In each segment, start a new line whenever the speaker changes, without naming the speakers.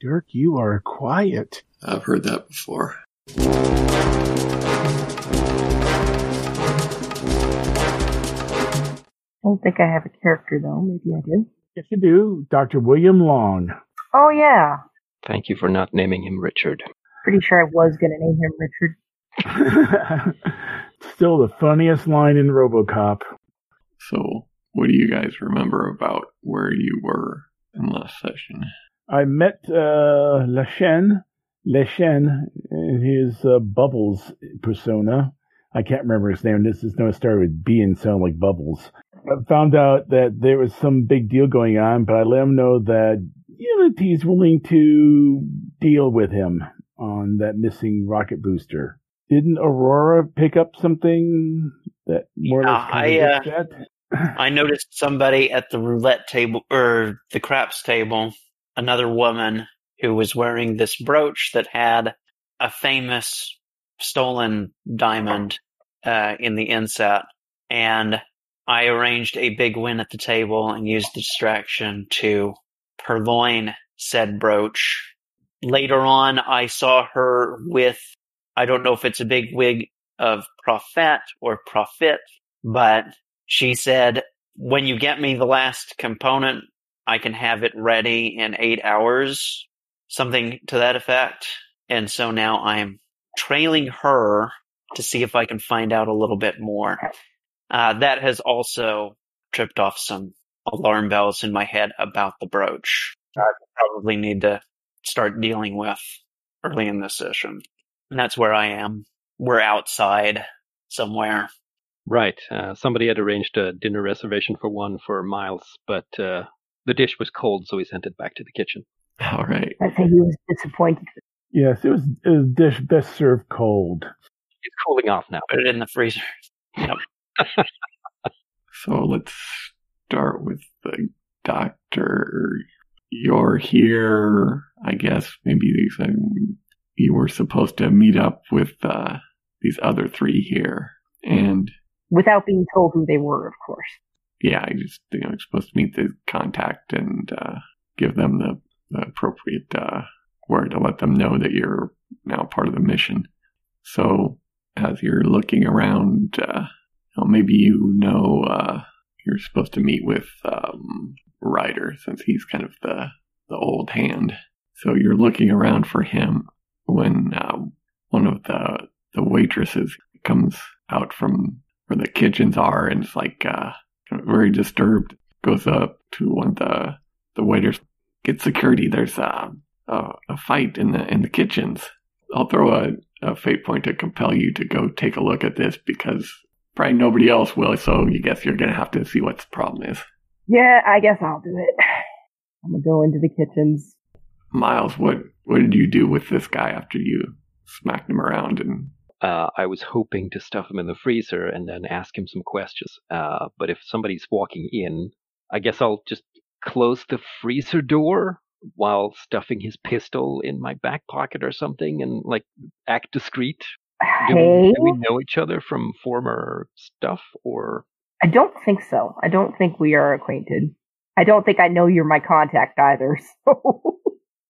Dirk, you are quiet.
I've heard that before.
I don't think I have a character though. Maybe I do.
Yes, you do. Dr. William Long.
Oh yeah,
Thank you for not naming him Richard.
pretty sure I was gonna name him Richard.
Still the funniest line in Robocop.
So, what do you guys remember about where you were in last session?
I met uh, Lachen, Lachen in his uh, Bubbles persona. I can't remember his name. This is no it started with B and sounded like Bubbles. I found out that there was some big deal going on, but I let him know that Unity's willing to deal with him on that missing rocket booster. Didn't Aurora pick up something that more or less
Yeah,
kind
I,
of
uh,
upset?
I noticed somebody at the roulette table or the craps table, another woman who was wearing this brooch that had a famous stolen diamond uh, in the inset. And I arranged a big win at the table and used the distraction to purloin said brooch. Later on, I saw her with, I don't know if it's a big wig of prophet or profit, but she said, when you get me the last component, I can have it ready in eight hours, something to that effect. And so now I'm trailing her to see if I can find out a little bit more. Uh, that has also tripped off some alarm bells in my head about the brooch. I probably need to start dealing with early in this session. And that's where I am. We're outside somewhere.
Right. Uh, somebody had arranged a dinner reservation for one for Miles, but uh, the dish was cold, so he sent it back to the kitchen.
All right.
I think he was disappointed.
Yes, it was, it was dish best served cold.
It's cooling off now.
Put it in the freezer.
So, let's start with the doctor. You're here, I guess. Maybe these, um, you were supposed to meet up with uh, these other three here. And
Without being told who they were, of course.
yeah, I just you know I'm supposed to meet the contact and uh, give them the, the appropriate uh, word to let them know that you're now part of the mission. So as you're looking around, uh, you know, maybe you know uh, you're supposed to meet with um, Ryder since he's kind of the the old hand. So you're looking around for him when uh, one of the the waitresses comes out from where the kitchens are and it's like uh, kind of very disturbed, goes up to one of the the waiters. Get security. There's a, a a fight in the in the kitchens. I'll throw a, a fate point to compel you to go take a look at this because probably nobody else will. So you guess you're gonna have to see what the problem is.
Yeah, I guess I'll do it. I'm gonna go into the kitchens.
Miles, what what did you do with this guy after you smacked him around? And
Uh, I was hoping to stuff him in the freezer and then ask him some questions. Uh, but if somebody's walking in, I guess I'll just close the freezer door while stuffing his pistol in my back pocket or something and like act discreet. Do,
hey,
we, do we know each other from former stuff or
I don't think so. I don't think we are acquainted. I don't think I know you're my contact either.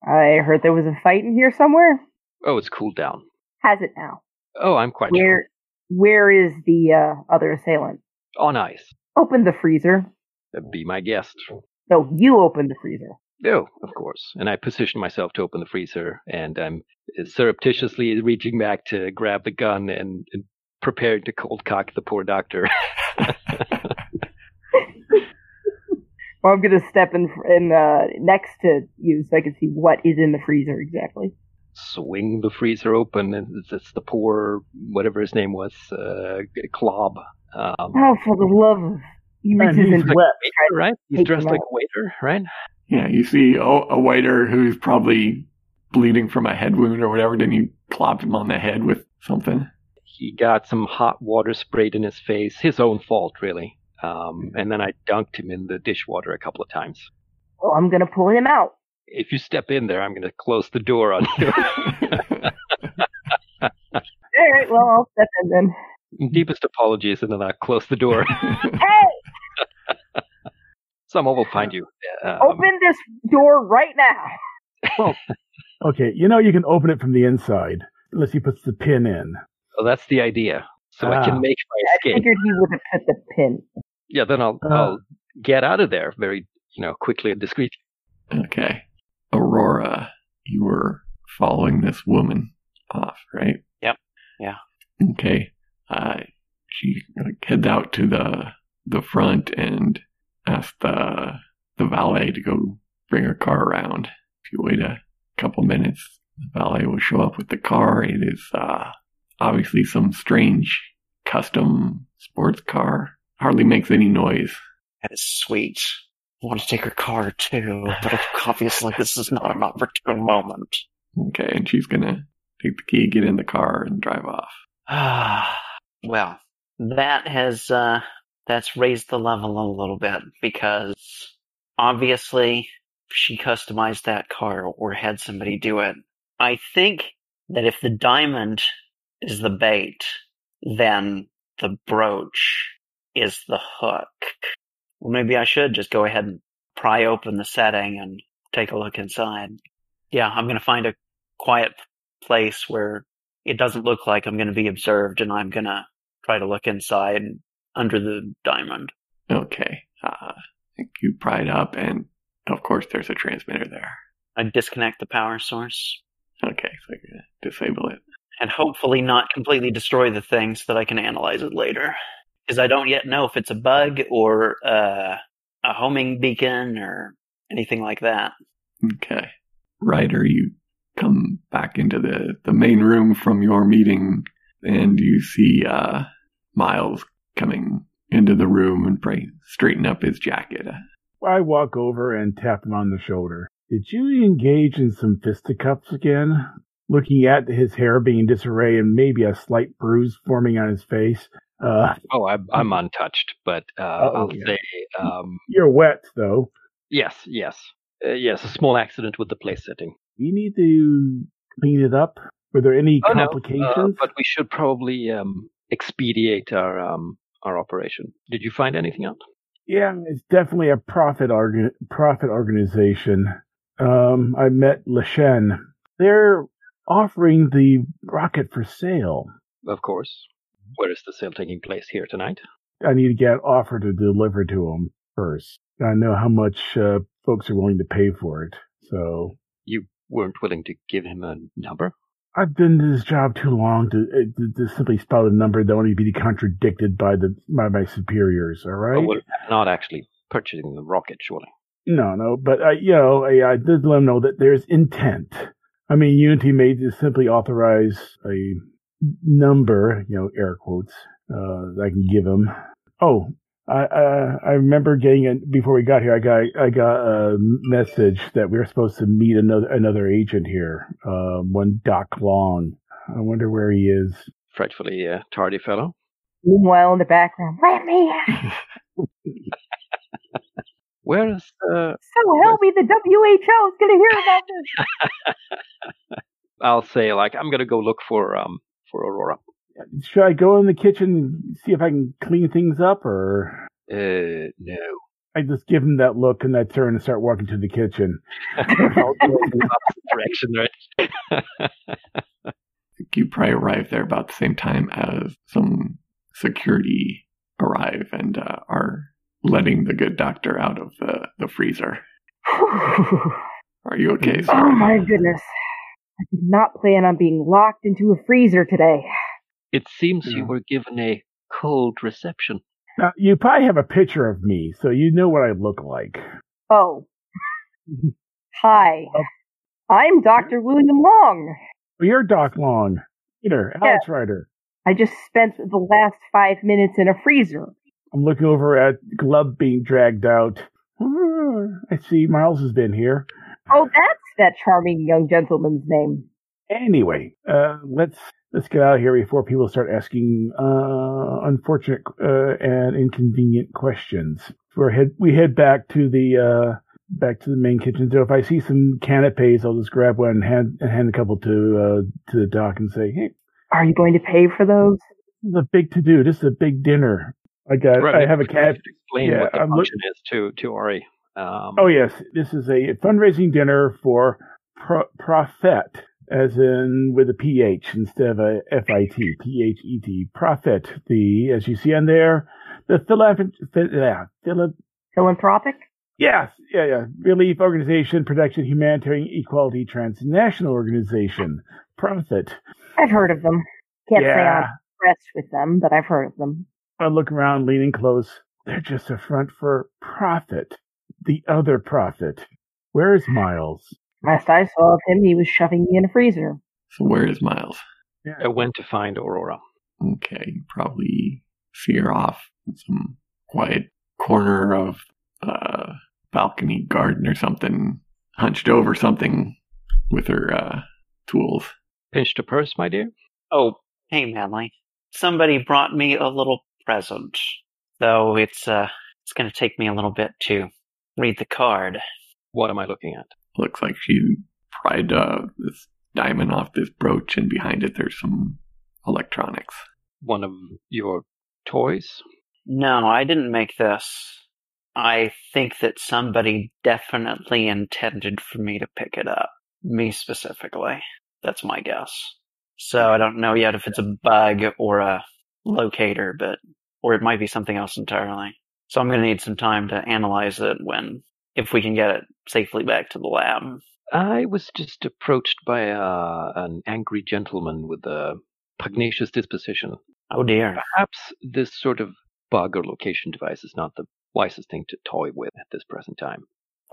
So I heard there was a fight in here somewhere.
oh it's cooled down.
Has it now?
Oh, I'm quite sure.
Where where is the uh, other assailant?
On ice.
Open the freezer.
That'd be my guest.
No, you open the freezer.
Oh, of course. And I position myself to open the freezer, and I'm uh, surreptitiously reaching back to grab the gun and, and preparing to cold cock the poor doctor.
Well, I'm gonna step in in uh, next to you so I can see what is in the freezer exactly.
Swing the freezer open, and it's, it's the poor, whatever his name was, uh, Clob. Um,
Oh, for the love of he
And
reaches
he's
into
wet.
waiter, right? He's
Take
dressed
him
like
out.
a waiter, right?
yeah, you see a, a waiter who's probably bleeding from a head wound or whatever. Then you clopped him on the head with something.
he got some hot water sprayed in his face, his own fault, really. Um,
Mm-hmm.
and then I dunked him in the dishwater a couple of times.
well, I'm gonna pull him out.
If you step in there, I'm going to close the door on
All right, well I'll step in then.
you. Deepest apologies, and then I'll close the door.
Hey,
Someone will find you. Um,
open this door right now.
Okay, you know you can open it from the inside unless he puts the pin in.
So oh, that's the idea. So I
Ah.
can make my
I
escape.
figured he would have put the pin.
Yeah, then I'll
Ah.
I'll get out of there very you know quickly and discreetly.
Okay. Aurora, you were following this woman off, right?
Yep. Yeah.
Okay. Uh, she like, heads out to the the front and asks the the valet to go bring her car around. If you wait a couple minutes, the valet will show up with the car. It is uh, obviously some strange custom sports car. Hardly makes any noise.
That is sweet. I want to take her car too, but obviously this is not an opportune moment.
Okay, and she's gonna take the key, get in the car, and drive off.
well, that has uh, that's raised the level a little bit because obviously she customized that car or had somebody do it. I think that if the diamond is the bait, then the brooch is the hook. Well, maybe I should just go ahead and pry open the setting and take a look inside. Yeah, I'm going to find a quiet place where it doesn't look like I'm going to be observed and I'm going to try to look inside under the diamond.
Okay. Uh, you pry it up, and of course, there's a transmitter there.
I disconnect the power source
Okay, so you're gonna disable it.
and hopefully not completely destroy the thing so that I can analyze it later. Because I don't yet know if it's a bug or uh, a homing beacon or anything like that.
Okay. Ryder, you come back into the, the main room from your meeting, and you see uh, Miles coming into the room and pray, straighten up his jacket.
I walk over and tap him on the shoulder. Did you engage in some fisticuffs again? Looking at his hair being in disarray and maybe a slight bruise forming on his face. Uh,
Oh, I'm I'm untouched, but uh, I'll
yeah.
say um,
you're wet, though.
yes, yes, uh, yes. A small accident with the place setting,
You need to clean it up. Were there any
Oh, no. Uh,
complications?
uh, but we should probably um, expedite our um, our operation. Did you find anything out?
Yeah, it's definitely a profit organ- profit organization. Um, I met Lashen. They're offering the rocket for sale.
Of course.
Mm-hmm.
Where is the sale taking place here tonight?
I need to get an offer to deliver to them first. I know how much uh, folks are willing to pay for it. So
You weren't willing to give him a number.
I've been to this job too long to, uh, to, to simply spell a number that only be contradicted by the by my superiors. All
But
right.
we're not actually purchasing the rocket, surely.
No, no, but I, you know, I, I did let him know that there's intent. I mean, Unity made to simply authorize a number, you know, air quotes, uh, that I can give him. Oh, I, I, I remember getting it before we got here. I got, I got a message that we were supposed to meet another, another agent here, uh, one Doc Long. I wonder where he is.
Frightfully uh, tardy fellow.
Meanwhile, in the background, let me out.
Where is uh,
So help me, the WHO is going to hear about this.
I'll say like I'm gonna go look for um for Aurora.
Should I go in the kitchen and see if I can clean things up or?
Uh, no.
I just give him that look and I turn and start walking to the kitchen.
Direction, right?
You probably arrive there about the same time as some security arrive and uh, are letting the good doctor out of the, the freezer. Are you okay?
oh
Sarah?
my goodness. I did not plan on being locked into a freezer today.
It seems
Yeah.
you were given a cold reception.
now, you probably have a picture of me, so you know what I look like.
Oh. Hi. I'm Dr. William Long.
Well, you're Doc Long, Peter, Alex Ryder.
I just spent the last five minutes in a freezer.
I'm looking over at Glub being dragged out. Ah, I see Miles has been here.
Oh, that's that charming young gentleman's name.
Anyway, uh, let's let's get out of here before people start asking uh, unfortunate uh, and inconvenient questions. We're head we head back to the uh, back to the main kitchen. So if I see some canapes, I'll just grab one and hand and hand a couple to uh, to the doc and say, "Hey,
Are you going to pay for those?
this is a big to do. This is a big dinner. I got I have a
cat.
canapé."
Explain
yeah,
what the
I'm look-
function is to to Ari. Um,
Oh yes, this is a fundraising dinner for pro- prophet, as in with a PH instead of a F-I-T, P-H-E-T, E prophet, the, as you see on there, the philanthrop, yeah, philip,
Philanthropic?
yes, yeah, yeah, relief organization, protection, humanitarian equality, transnational organization, prophet.
I've heard of them. Can't say
yeah.
I'm impressed with them, but I've heard of them.
I look around, leaning close. They're just a front for profit. The other profit. Where is Miles?
Last I saw of him, he was shoving me in a freezer.
So where is Miles?
I went uh, to find Aurora.
Okay, you probably see her off in some quiet corner of uh, balcony garden or something, hunched over something with her uh, tools.
Pinched a purse, my dear.
Oh, hey, Manly. Somebody brought me a little present, though it's uh, it's going to take me a little bit to read the card.
What am I looking at?
Looks like she pried uh, this diamond off this brooch, and behind it there's some electronics.
One of your toys?
No, I didn't make this. I think that somebody definitely intended for me to pick it up. Me specifically. That's my guess. So I don't know yet if it's a bug or a locator, but, or it might be something else entirely. So I'm going to need some time to analyze it when, if we can get it safely back to the lab.
I was just approached by uh, an angry gentleman with a pugnacious disposition.
Oh dear.
Perhaps this sort of bug or location device is not the wisest thing to toy with at this present time.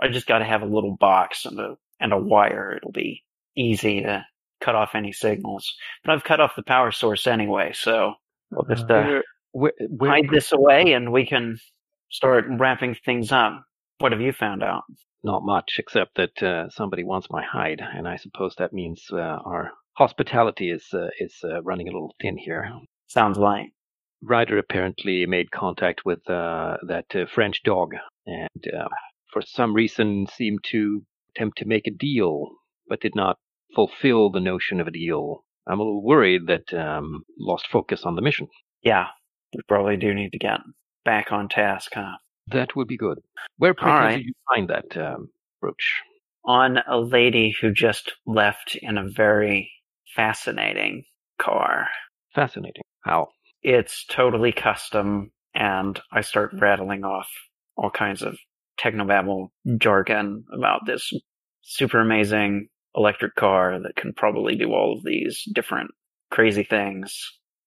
I just got to have a little box and a and a wire. It'll be easy to cut off any signals. But I've cut off the power source anyway, so we'll just uh,
Where, where, where-
hide this away and we can start wrapping things up. What have you found out?
Not much, except that uh, somebody wants my hide, and I suppose that means uh, our hospitality is uh, is uh, running a little thin here.
Sounds like
Ryder apparently made contact with uh, that uh, French dog, and uh, for some reason seemed to attempt to make a deal, but did not fulfill the notion of a deal. I'm a little worried that um, lost focus on the mission.
yeah, we probably do need to get back on task, huh?
That would be good. Where precisely
right.
did you find that um, brooch?
On a lady who just left in a very fascinating car.
Fascinating. How?
it's totally custom and I start rattling off all kinds of technobabble jargon about this super amazing electric car that can probably do all of these different crazy things.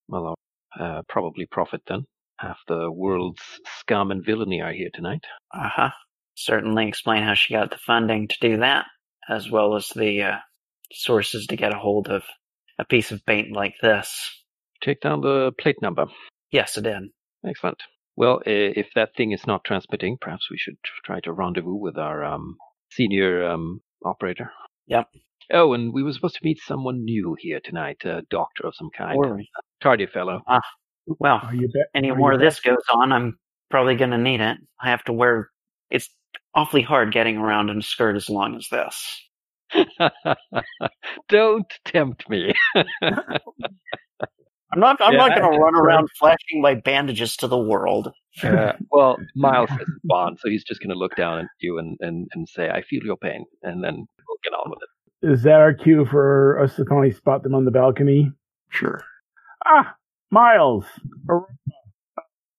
Well, uh, probably profit then. Half the world's scum and villainy are here tonight.
Uh huh. Certainly explain how she got the funding to do that, as well as the uh, sources to get a hold of a piece of paint like this.
Take down the plate number.
Yes, I did.
Excellent. Well, i- if that thing is not transmitting, perhaps we should tr- try to rendezvous with our um, senior um, operator.
Yep.
Oh, and we were supposed to meet someone new here tonight, a doctor of some kind.
Were we?
Tardy fellow.
Well,
Are you back?
any
Are
more
you
of this goes on, I'm probably going to need it. I have to wear. It's awfully hard getting around in a skirt as long as this.
Don't tempt me.
I'm not. I'm
Yeah,
not going
I-
to run around flashing my bandages to the world.
Uh, well, Miles has a bond, so he's just going to look down at you and, and, and say, I feel your pain, and then we'll get on with it.
Is that our cue for us to finally spot them on the balcony?
Sure.
Ah, Miles, Aurora,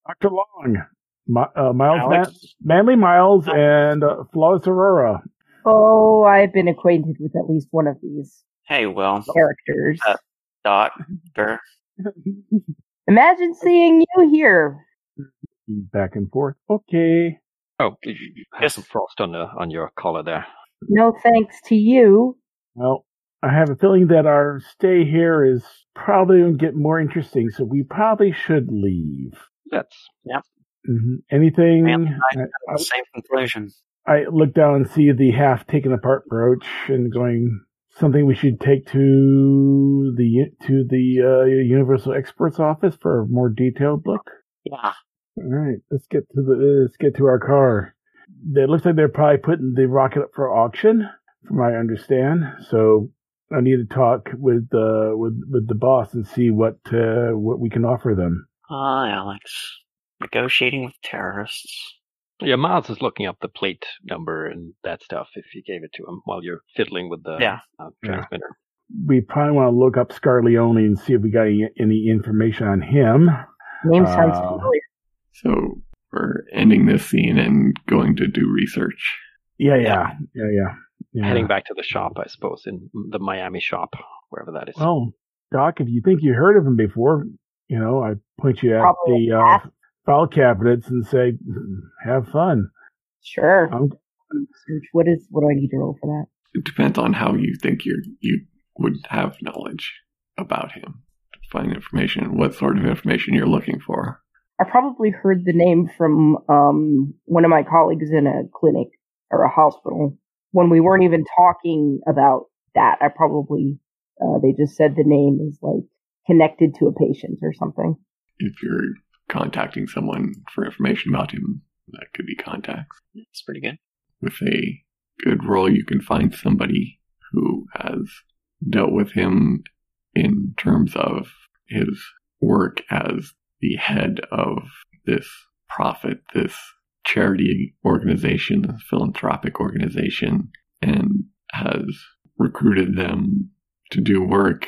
Doctor Long, Mi- uh, Miles, Man- Manly Miles, and uh, Flawless Aurora.
Oh, I've been acquainted with at least one of these
Hey, Will,
characters.
Uh, Doctor.
Imagine seeing you here.
Back and forth. Okay.
Oh, you have
Yes.
some frost on, the, on your collar there.
No thanks to you.
Well, I have a feeling that our stay here is probably going to get more interesting, so we probably should leave.
That's
hmm Anything?
Manly, I-
I- I-
Same conclusion.
I look down and see the half taken apart brooch and going something we should take to the to the uh, Universal Experts office for a more detailed look.
Yeah.
All right, let's get to the let's get to our car. It looks like they're probably putting the rocket up for auction, from what I understand. So I need to talk with the with with the boss and see what uh, what we can offer them.
Hi, Alex. Negotiating with terrorists.
Yeah, Miles is looking up the plate number and that stuff if you gave it to him while you're fiddling with the
Yeah.
uh,
Yeah.
transmitter.
We probably want to look up Scarleone and see if we got any, any information on him.
Name sounds
Uh,
familiar.
So we're ending this scene and going to do research.
Yeah, yeah, yeah, yeah. yeah.
Heading back to the shop, I suppose, in the Miami shop, wherever that is.
Well, Doc, if you think you heard of him before, you know, I point you at
Probably
the uh, file cabinets and say, "Mm-hmm, "Have fun."
Sure.
I'm,
Search. What is? What do I need to roll for that?
It depends on how you think you you would have knowledge about him to find information, what sort of information you're looking for.
I probably heard the name from um, one of my colleagues in a clinic or a hospital when we weren't even talking about that. I probably uh, they just said the name is like connected to a patient or something.
If you're contacting someone for information about him, that could be contacts.
That's pretty good.
With a good role, you can find somebody who has dealt with him in terms of his work as the head of this profit, this charity organization, this philanthropic organization, and has recruited them to do work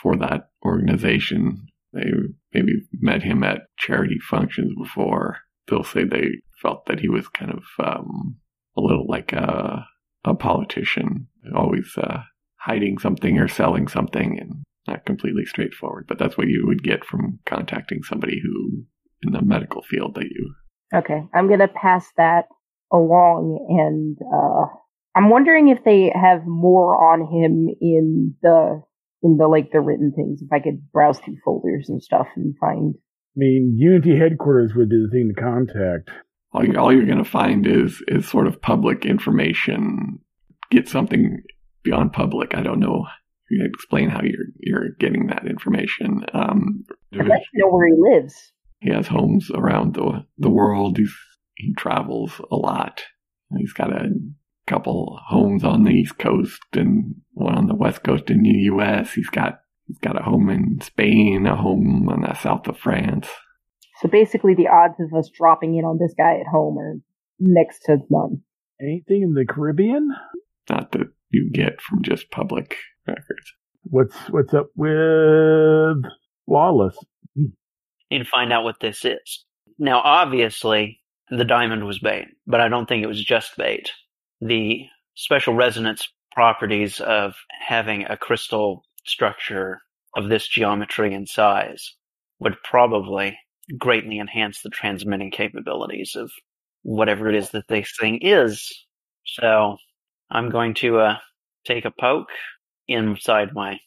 for that organization. They maybe met him at charity functions before. They'll say they felt that he was kind of um, a little like a, a politician, always uh, hiding something or selling something and not completely straightforward. But that's what you would get from contacting somebody who in the medical field that you
Okay, I'm gonna pass that along, and uh, I'm wondering if they have more on him in the in the like the written things. If I could browse through folders and stuff and find.
I mean, Unity headquarters would be the thing to contact.
all you're, all you're going to find is is sort of public information. Get something beyond public. I don't know. You can explain how you're you're getting that information. Um,
I'd like to know where he lives.
he has homes around the the world. He's he travels a lot. He's got a couple homes on the East Coast and one on the West Coast in the U.S. He's got he's got a home in Spain, a home on the south of France.
So basically, the odds of us dropping in on this guy at home are next to none.
Anything in the Caribbean?
Not that you get from just public records.
What's what's up with Lawless?
Need to find out what this is. Now, obviously, the diamond was bait, but I don't think it was just bait. The special resonance properties of having a crystal structure of this geometry and size would probably greatly enhance the transmitting capabilities of whatever it is that this thing is. So I'm going to uh, take a poke inside my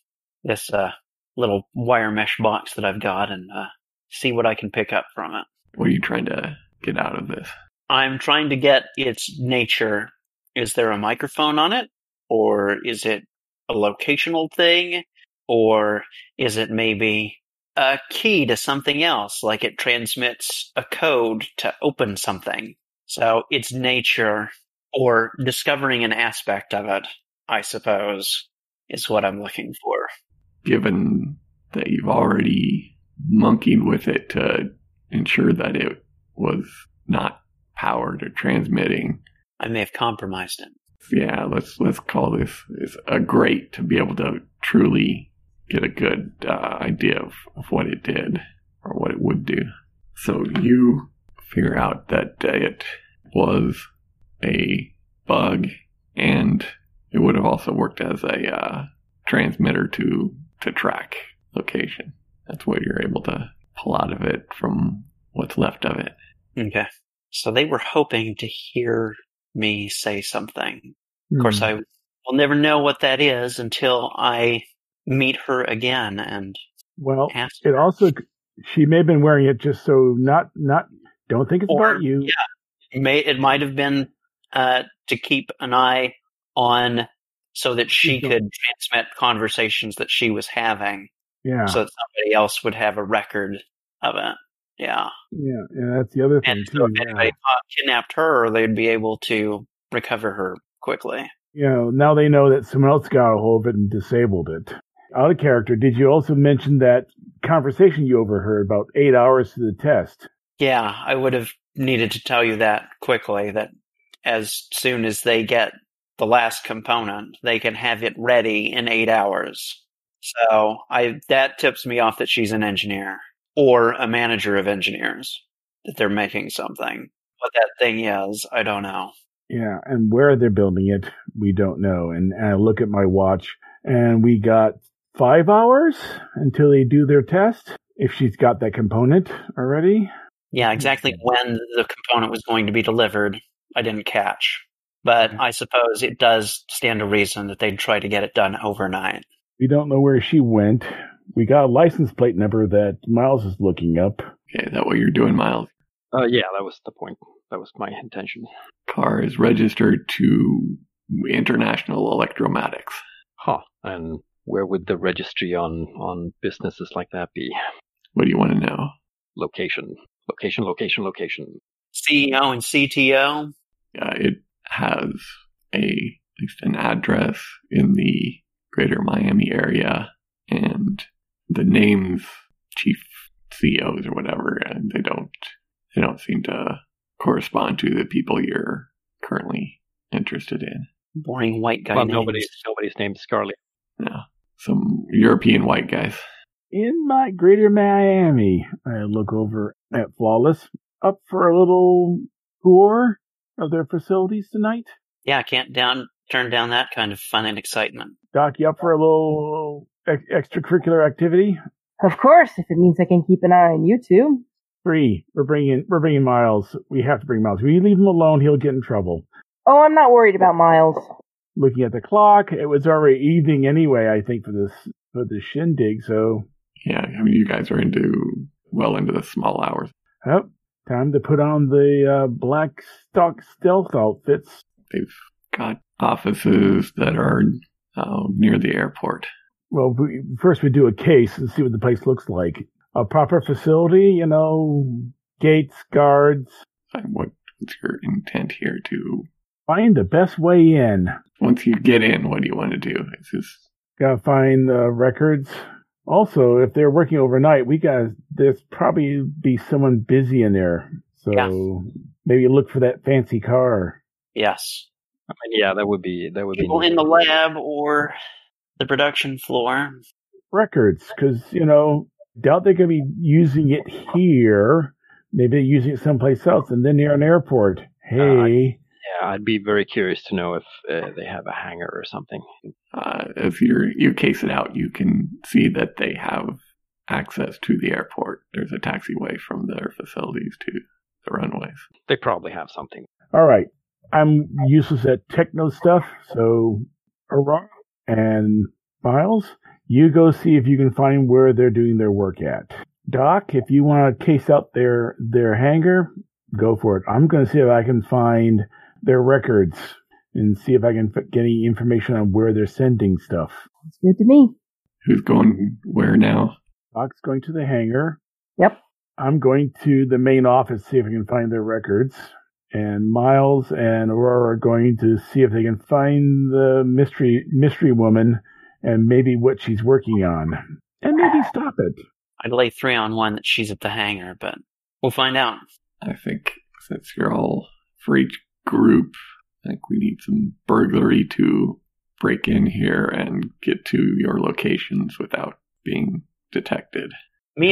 this uh, little wire mesh box that I've got and uh, see what I can pick up from it.
What are you trying to get out of this?
I'm trying to get its nature. Is there a microphone on it? Or is it a locational thing? Or is it maybe a key to something else? Like it transmits a code to open something. So its nature or discovering an aspect of it, I suppose, is what I'm looking for.
given that you've already monkeyed with it to ensure that it was not powered or transmitting.
I may have compromised it.
Yeah, let's let's call this is a great to be able to truly get a good uh, idea of, of what it did or what it would do. So you figure out that uh, it was a bug, and it would have also worked as a uh, transmitter to to track location. That's what you're able to pull out of it from what's left of it.
Okay. So they were hoping to hear me say something. Of
Hmm,
course, I will never know what that is until I meet her again and
well,
ask.
it also she may have been wearing it just so not not. Don't think it's
Or-
about you.
yeah. It May it might have been uh, to keep an eye on so that
Mhm.
she could transmit conversations that she was having,
Yeah,
so that somebody else would have a record of it. Yeah,
yeah, yeah. That's the other thing
and so
too.
if
yeah.
anybody caught- kidnapped her, they'd be able to recover her quickly.
you know, now they know that someone else got a hold of it and disabled it. Out of character, did you also mention that conversation you overheard about eight hours to the test?
Yeah, I would have needed to tell you that quickly that as soon as they get the last component, they can have it ready in eight hours. So I that tips me off that she's an engineer or a manager of engineers, that they're making something. What that thing is, I don't know.
Yeah, and where they're building it, we don't know. And, and I look at my watch, and we got five hours until they do their test. If she's got that component already,
Yeah, exactly when the component was going to be delivered, I didn't catch. But I suppose it does stand to reason that they'd try to get it done overnight.
we don't know where she went. We got a license plate number that Miles is looking up.
Okay, that what you're doing, Miles?
Uh, yeah, that was the point. That was my intention.
Car is registered to International Electromatics.
Huh. And where would the registry on on businesses like that be?
What do you want to know?
Location, location, location, location.
CEO E and CTO,
Uh, it has a at least an address in the Greater Miami area, and the names chief CEOs or whatever, and they don't they don't seem to correspond to the people you're currently interested in.
boring white guy.
well,
names.
nobody's nobody's named Scarlet.
Some European white guys.
in my greater Miami. I look over at Flawless up for a little tour of their facilities tonight.
Yeah, I can't down turn down that kind of fun and excitement.
Doc, you up for a little ex- extracurricular activity?
Of course, if it means I can keep an eye on you two.
Three. We're bringing we're bringing Miles. We have to bring Miles. We leave him alone, he'll get in trouble.
Oh, I'm not worried about Miles.
Looking at the clock, it was already evening anyway. I think for this for this shindig. So,
Yeah, I mean you guys are into well into the small hours.
oh, time to put on the uh, black stock stealth outfits.
They've got offices that are uh, near the airport.
Well, we, first we do a case and see what the place looks like. A proper facility, you know, gates, guards.
So What, what's your intent here to
Find the best way in.
once you get in, what do you want to do? It's just
Gotta find uh, records. Also, if they're working overnight, we got there's probably be someone busy in there. So maybe look for that fancy car.
Yes.
I mean, yeah, that would be that would
People
be
in the lab or the production floor.
Records, because you know, doubt they're gonna be using it here. Maybe using it someplace else, and then near an airport. Hey,
Yeah, I'd be very curious to know if uh, they have a hangar or something.
uh, if you you case it out, you can see that they have access to the airport. There's a taxiway from their facilities to the runways.
They probably have something.
All right. I'm useless at techno stuff, so Aurora and Miles, you go see if you can find where they're doing their work at. Doc, if you want to case out their their hangar, go for it. I'm going to see if I can find their records and see if I can f- get any information on where they're sending stuff.
Sounds good to me.
Who's going where now?
Doc's going to the hangar.
Yep.
I'm going to the main office see if I can find their records. And Miles and Aurora are going to see if they can find the mystery mystery woman and maybe what she's working on. And maybe stop it.
I'd lay three on one that she's at the hangar, but we'll find out.
I think since you're all for each group, I think we need some burglary to break in here and get to your locations without being detected.
Me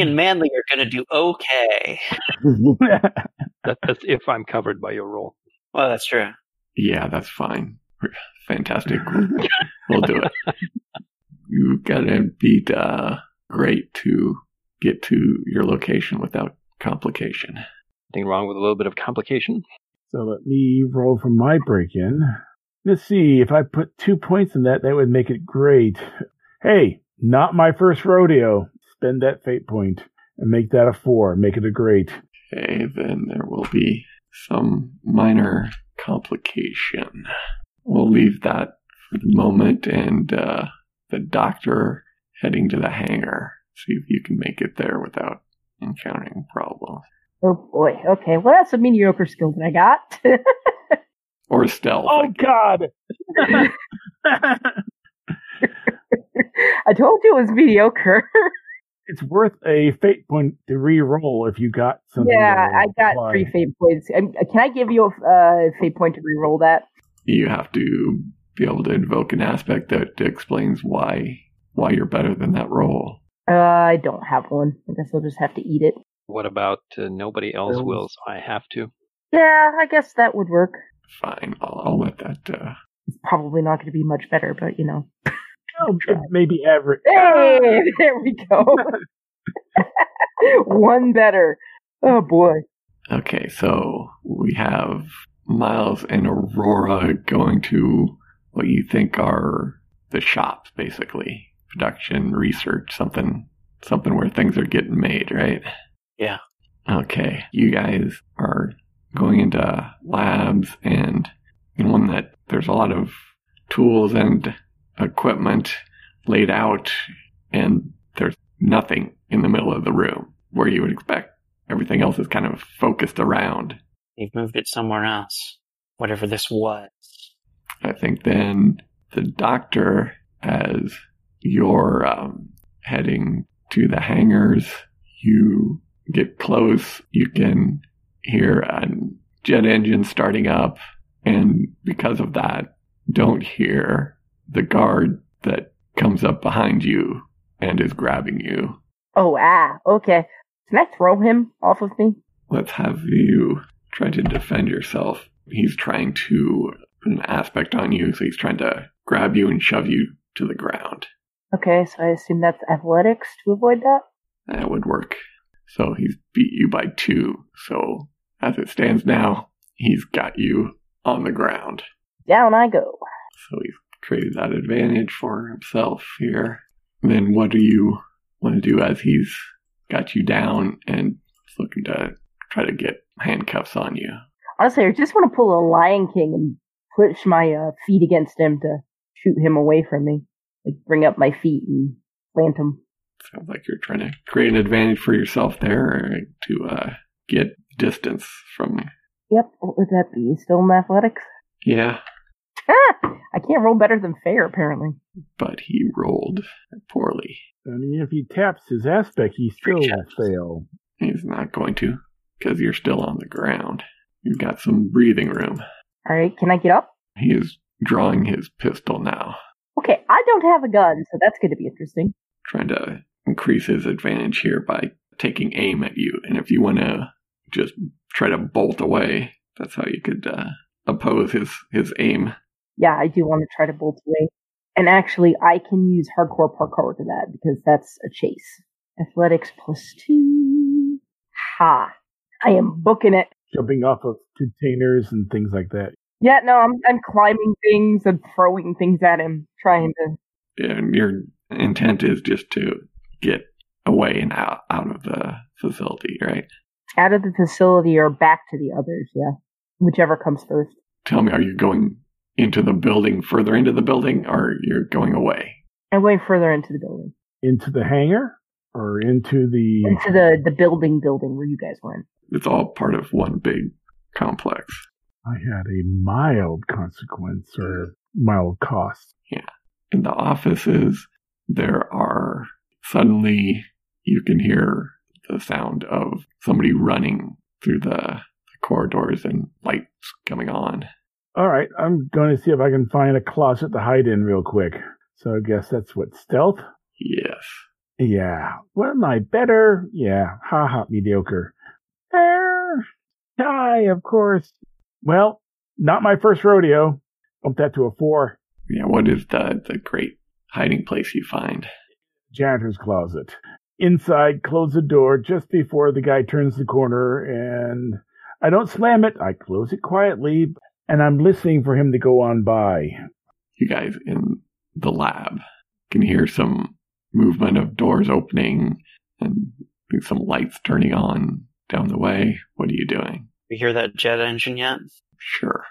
and Manly are going to do okay.
That, that's if I'm covered by your role.
Well, that's true.
Yeah, that's fine. Fantastic. We'll- we'll do it. You gotta beat uh, great to get to your location without complication.
Anything wrong with a little bit of complication?
so let me roll from my break in. Let's see, if I put two points in that, that would make it great. Hey, not my first rodeo. Spend that fate point and make that a four. Make it a great.
Okay, then there will be some minor complication. We'll leave that for the moment and uh, the doctor heading to the hangar. See if you can make it there without encountering problems.
Oh boy. Okay. Well, that's a mediocre skill that I got.
Or stealth.
Oh God!
Oh, I told you it was mediocre.
it's worth a fate point to re-roll if you got something.
yeah,
to
I got
apply.
three fate points. Um, Can I give you a uh, fate point to re-roll that?
You have to be able to invoke an aspect that explains why why you're better than that role.
Uh, I don't have one. I guess I'll just have to eat it.
What about uh, nobody else
Bills.
will, so I have to?
Yeah, I guess that would work.
Fine, I'll, I'll let that. Uh,
It's probably not going to be much better, but you know.
Oh, maybe average.
Hey, there we go. one better. Oh boy.
Okay, so we have Miles and Aurora going to what you think are the shops, basically production, research, something, something where things are getting made, right?
Yeah.
Okay, you guys are going into labs and in one that there's a lot of tools and equipment laid out, and there's nothing in the middle of the room where you would expect everything else is kind of focused around.
You've moved it somewhere else. Whatever this was.
I think then the doctor, as you're um, heading to the hangars, you get close, you can hear a jet engine starting up, and because of that, don't hear the guard that comes up behind you and is grabbing you.
Oh ah. Okay. Can I throw him off of me?
Let's have you try to defend yourself. He's trying to put an aspect on you, so he's trying to grab you and shove you to the ground.
Okay, so I assume that's athletics to avoid that.
That would work. So he's beat you by two. So as it stands now, he's got you on the ground.
Down I go.
So he's created that advantage for himself here. Then what do you want to do as he's got you down and is looking to try to get handcuffs on you?
Honestly, I just want to pull a Lion King and push my uh, feet against him to shoot him away from me. Like bring up my feet and plant him.
Sounds like you're trying to create an advantage for yourself there to uh, get distance from.
Yep, what would that be? Still in athletics?
Yeah,
Ah, I can't roll better than fair, apparently.
but he rolled poorly.
I mean, if he taps his aspect, he still
Three
will
taps.
fail.
He's not going to because you're still on the ground. You've got some breathing room.
All right, can I get up?
He is drawing his pistol now,
Okay, I don't have a gun, so that's going to be interesting.
trying to increase his advantage here by taking aim at you. And if you want to just try to bolt away, that's how you could uh, oppose his, his aim.
Yeah, I do want to try to bolt away. And actually, I can use hardcore parkour to that because that's a chase. Athletics plus two. Ha! I am booking it.
Jumping off of containers and things like that.
Yeah, no, I'm I'm climbing things and throwing things at him, trying to.
and your intent is just to get away and out, out of the facility, right?
out of the facility or back to the others. Yeah, whichever comes first.
Tell me, are you going into the building, further into the building, or you're going away?
And way further into the building,
Into the hangar or into the.
into the the building building where you guys went.
It's all part of one big complex.
I had a mild consequence or mild cost.
In the offices, there are suddenly you can hear the sound of somebody running through the corridors and lights coming on.
All right, I'm going to see if I can find a closet to hide in real quick. So I guess that's what stealth.
Yes.
Yeah. What am I better? Yeah. Ha ha. Mediocre. Err. Tie, of course. Well, not my first rodeo. Bump that to a four.
Yeah, what is the, the great hiding place you find?
Janitor's closet. Inside, close the door just before the guy turns the corner, and I don't slam it. I close it quietly, and I'm listening for him to go on by.
you guys in the lab can hear some movement of doors opening and some lights turning on down the way. What are you doing?
You hear that jet engine yet?
Sure.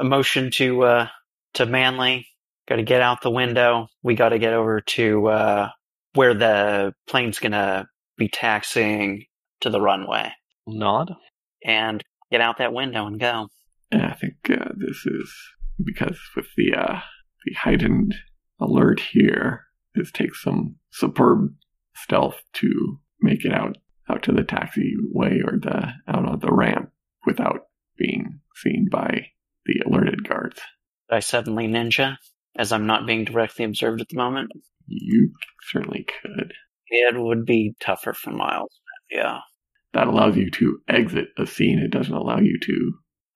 A motion to uh to Manley. Gotta get out the window. We gotta get over to uh where the plane's gonna be taxiing to the runway.
Nod.
And get out that window and go.
And I think uh, this is because with the uh, the heightened alert here, this takes some superb stealth to make it out out to the taxiway or the out on the ramp without being seen by the alerted guards.
I suddenly ninja, as I'm not being directly observed at the moment.
You certainly could.
It would be tougher for Miles. Yeah.
That allows you to exit a scene. It doesn't allow you to.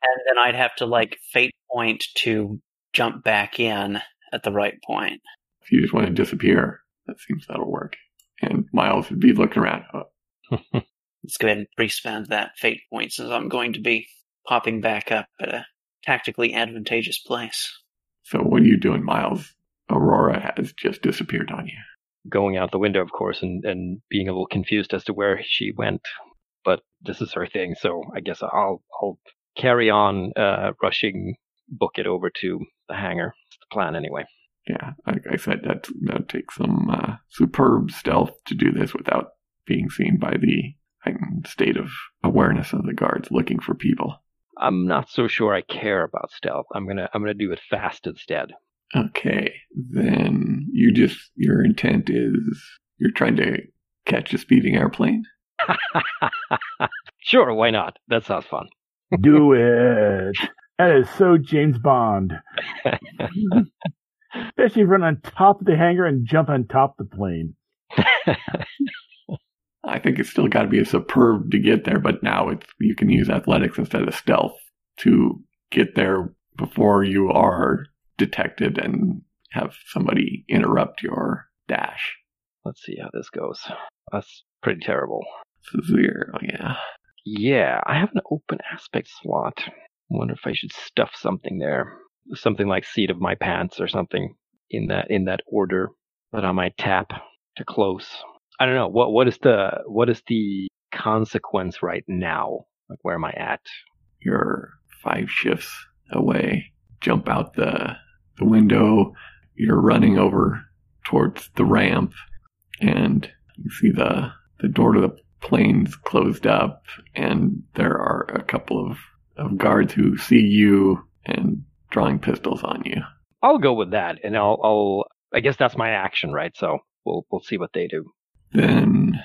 And then I'd have to like fate point to jump back in at the right point.
If you just want to disappear, that seems that'll work. And Miles would be looking around. "Oh,
Let's go ahead and respend that fate point since I'm going to be popping back up at a tactically advantageous place.
So what are you doing, Miles? Aurora has just disappeared on you.
Going out the window, of course, and, and being a little confused as to where she went. But this is her thing, so I guess I'll I'll carry on uh, rushing book it over to the hangar. It's the plan anyway.
Yeah, like I said, that that takes some uh, superb stealth to do this without being seen by the heightened state of awareness of the guards looking for people.
I'm not so sure I care about stealth. I'm gonna I'm gonna do it fast instead.
Okay, then you just your intent is you're trying to catch a speeding airplane.
sure, why not? That sounds fun.
Do it. That is so James Bond. Especially if you run on top of the hangar and jump on top of the plane.
I think it's still got to be a superb to get there, but now it's you can use athletics instead of stealth to get there before you are detected and have somebody interrupt your dash.
Let's see how this goes. That's pretty terrible.
So zero, yeah.
Yeah, I have an open aspect slot. Wonder if I should stuff something there, something like seat of my pants or something in that in that order that I might tap to close. I don't know what what is the what is the consequence right now? Like where am I at?
You're five shifts away. Jump out the the window. You're running over towards the ramp, and you see the the door to the plane's closed up, and there are a couple of of guards who see you and drawing pistols on you.
I'll go with that, and I'll I'll I guess that's my action, right? So we'll we'll see what they do.
then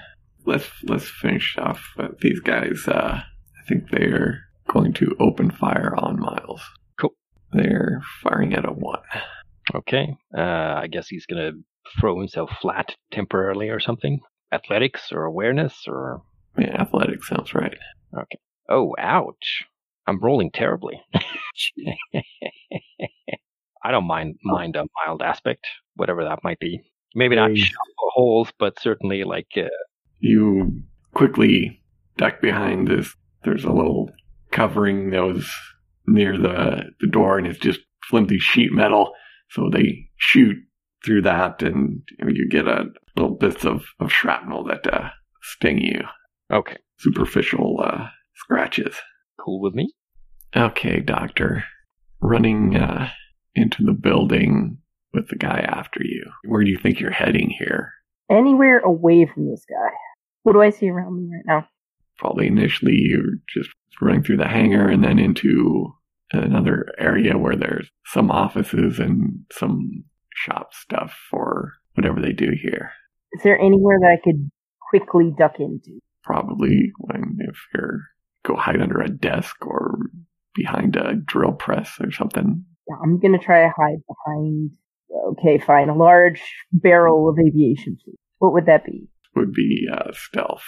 let's let's finish off with these guys. Uh, I think they're going to open fire on Miles.
Cool.
They're firing at a one.
Okay. Uh, I guess he's gonna throw himself flat temporarily or something. Athletics or awareness or
Man, athletics sounds right.
oh ouch! I'm rolling terribly. I don't mind mind a mild aspect, whatever that might be. Maybe not
Hey.
shot for holes, but certainly like uh,
You quickly duck behind this. There's a little covering that was near the the door, and it's just flimsy sheet metal. So they shoot through that, and you, know, you get a little bits of of shrapnel that uh, sting you.
okay,
Superficial uh, scratches.
cool with me.
Okay, doctor. Running uh, into the building with the guy after you. Where do you think you're heading here?
Anywhere away from this guy. What do I see around me right now?
Probably initially you're just running through the hangar and then into another area where there's some offices and some shop stuff for whatever they do here.
Is there anywhere that I could quickly duck into?
Probably when if you're go hide under a desk or behind a drill press or something.
Yeah, I'm gonna try to hide behind. Okay, fine. A large barrel of aviation fuel. What would that be?
Would be uh, stealth.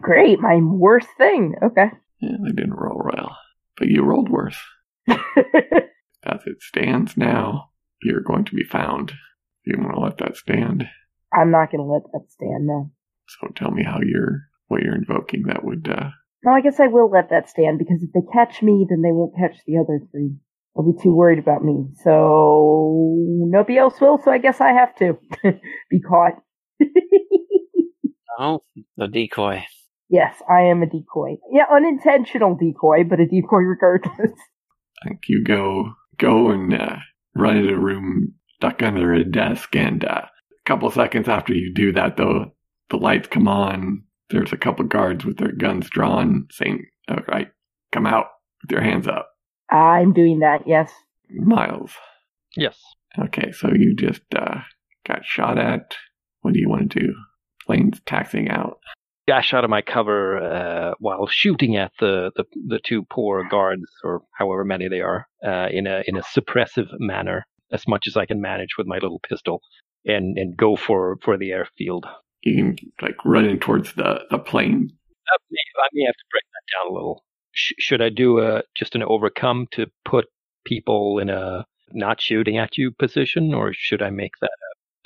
Great, my worst thing. Okay.
Yeah, they didn't roll well, but you rolled worse. As it stands now, you're going to be found. You want to let that stand?
I'm not gonna let that stand. No.
So tell me how you're what you're invoking. That would uh,
No, I guess I will let that stand because if they catch me, then they won't catch the other three. They'll be too worried about me. So nobody else will. So I guess I have to be caught.
Oh, the decoy.
yes, I am a decoy. Yeah, unintentional decoy, but a decoy regardless.
I think you go go and uh, run into a room, duck under a desk, and uh, a couple seconds after you do that, though, the lights come on. There's a couple guards with their guns drawn, saying, "All right, come out with your hands up,
I'm doing that. Yes.
Miles."
Yes.
Okay, so you just uh, got shot at. What do you want to do? plane's taxing out.
dash out of my cover uh, while shooting at the, the the two poor guards or however many they are uh, in a in a suppressive manner as much as I can manage with my little pistol and and go for for the airfield.
You can like running towards the the plane.
I may, I may have to break that down a little. Sh- should I do a just an overcome to put people in a not shooting at you position, or should I make that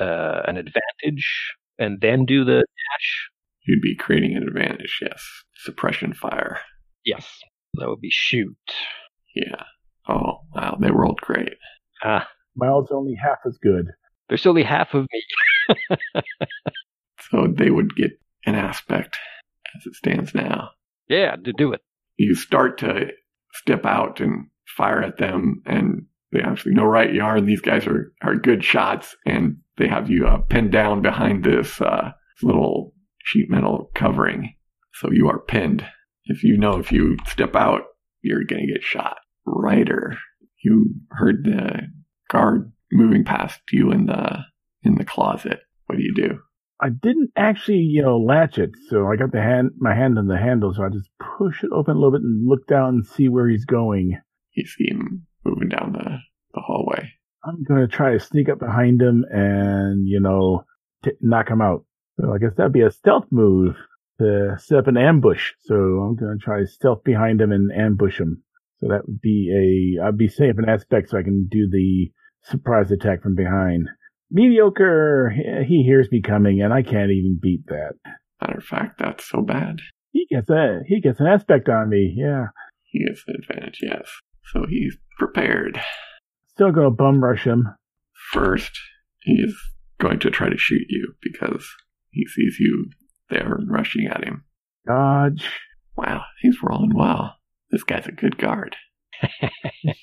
a, uh, an advantage and then do the dash?
You'd be creating an advantage. Yes, suppression fire.
Yes, that would be shoot.
Yeah. Oh wow, they rolled great.
Ah,
Miles only half as good.
there's only half of me.
So they would get an aspect as it stands now.
Yeah, to do it.
you start to step out and fire at them and they obviously know right you are and these guys are, are good shots and they have you uh, pinned down behind this uh, little sheet metal covering so you are pinned if you know if you step out you're going to get shot Ryder, you heard the guard moving past you in the in the closet what do you do
I didn't actually, you know, latch it. So I got the hand, my hand on the handle. So I just push it open a little bit and look down and see where he's going.
you see him moving down the, the hallway
I'm going to try to sneak up behind him and, you know, t- knock him out. So I guess that'd be a stealth move to set up an ambush. So I'm going to try to stealth behind him and ambush him. So that would be a, I'd be setting up an aspect so I can do the surprise attack from behind. Mediocre. He- He hears me coming and I can't even beat that.
matter of fact that's so bad
He gets a, he gets an aspect on me. Yeah.
He gets an advantage, yes. So he's prepared.
Still going to bum rush him.
First, he's going to try to shoot you because he sees you there and rushing at him.
Dodge.
Wow, he's rolling well. This guy's a good guard.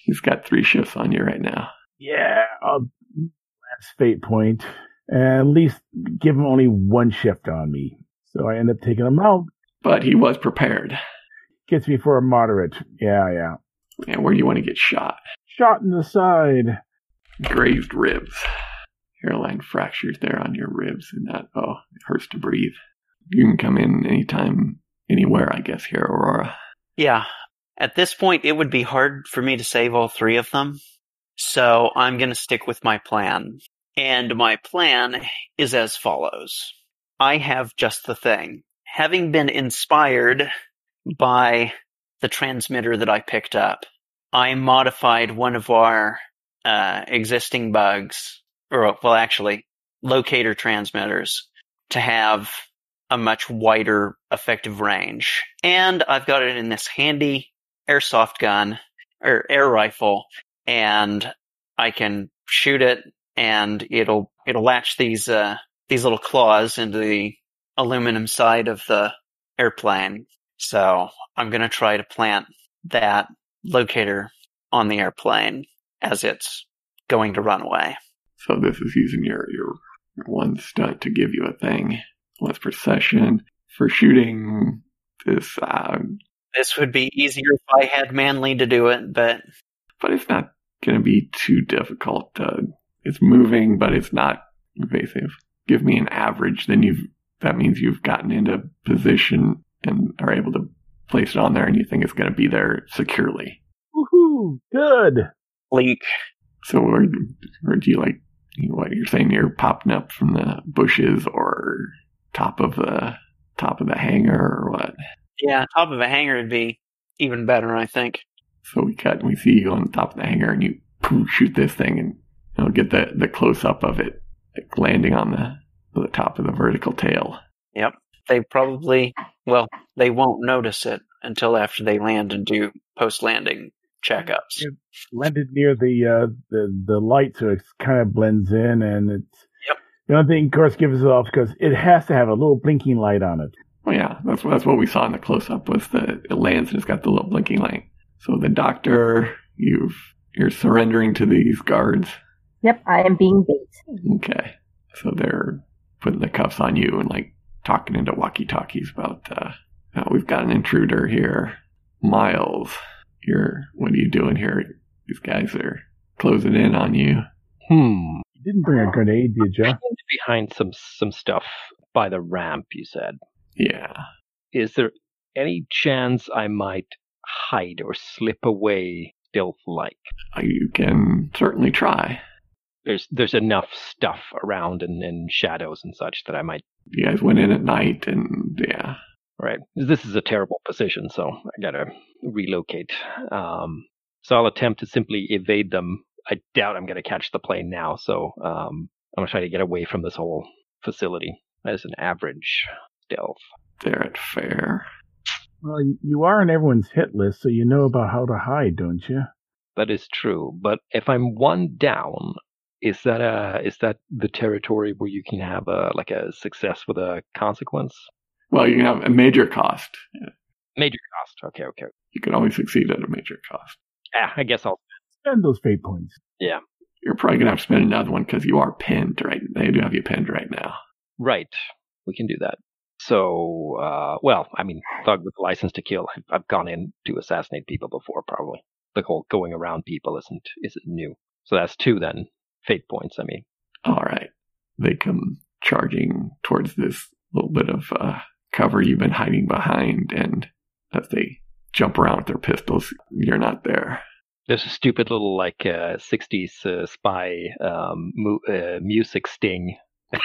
he's got three shifts on you right now.
Yeah, I'll last fate point. And at least give him only one shift on me. So I end up taking him out.
But he was prepared.
Gets me for a moderate. Yeah, yeah.
And where do you want to get shot?
Shot in the side.
Grazed ribs. Hairline fractures there on your ribs, and that, oh, it hurts to breathe. You can come in anytime, anywhere, I guess, here, Aurora.
Yeah. At this point, it would be hard for me to save all three of them. So I'm going to stick with my plan. And my plan is as follows. I have just the thing. Having been inspired by the transmitter that I picked up, I modified one of our uh, existing bugs, or well, actually, locator transmitters to have a much wider effective range. And I've got it in this handy airsoft gun or air rifle and I can shoot it and it'll it'll latch these uh these little claws into the aluminum side of the airplane. So I'm going to try to plant that locator on the airplane as it's going to run away.
So this is using your your one stunt to give you a thing once per session for shooting this, uh,
This would be easier if I had Manly to do it, but
but it's not going to be too difficult. Uh, it's moving, but it's not invasive. Give me an average, then you've that means you've gotten into position and are able to place it on there, and you think it's going to be there securely.
Woohoo! Good.
leak
So where where do you like you know, what you're saying? You're popping up from the bushes or top of the top of the hangar or what?
yeah, top of a hangar would be even better, I think.
So we cut and we see you on the top of the hangar and you poof, shoot this thing and you know, get the, the close up of it like landing on the the top of the vertical tail.
they probably well they won't notice it until after they land and do post landing checkups
Yep. Landed near the uh, the the light, so it kind of blends in, and it's
Yep.
the only thing, of course, gives it off because it has to have a little blinking light on it.
Well, Oh, yeah, that's what that's what we saw in the close up was the it lands and it's got the little blinking light. So the doctor, you've you're surrendering to these guards.
Yep, I am being bait.
Okay, so they're putting the cuffs on you and like talking into walkie talkies about uh, uh, we've got an intruder here, Miles. You're what are you doing here? These guys are closing in on you.
Hmm.
You didn't bring a grenade, did you?
Behind some some stuff, by the ramp, you said.
Yeah.
Is there any chance I might hide or slip away stealth like?
Uh, You can certainly try.
There's there's enough stuff around and, and shadows and such that I might
You guys went in at night, and yeah,
Right. This is a terrible position, so I gotta relocate. Um, so I'll attempt to simply evade them. I doubt I'm gonna catch the plane now, so um, I'm gonna try to get away from this whole facility. That is an average stealth.
they're at fair.
Well, you are on everyone's hit list, so you know about how to hide, don't you?
That is true. But if I'm one down, is that a is that the territory where you can have a like a success with a consequence?
Well, you can have a major cost.
Major cost. Okay, okay.
You can always succeed at a major cost.
Yeah, I guess I'll.
Spend those fate points.
You're probably gonna have to spend another one because you are pinned right. They do have you pinned right now.
Right. We can do that. So, uh, well, I mean, thug with a license to kill. I've, I've gone in to assassinate people before, probably. The whole going around people isn't isn't new. So that's two then. Fate points. I mean,
All right, they come charging towards this little bit of uh, cover you've been hiding behind, and as they jump around with their pistols, you're not there.
there's a stupid little like uh, '60s uh, spy um, mu- uh, music sting.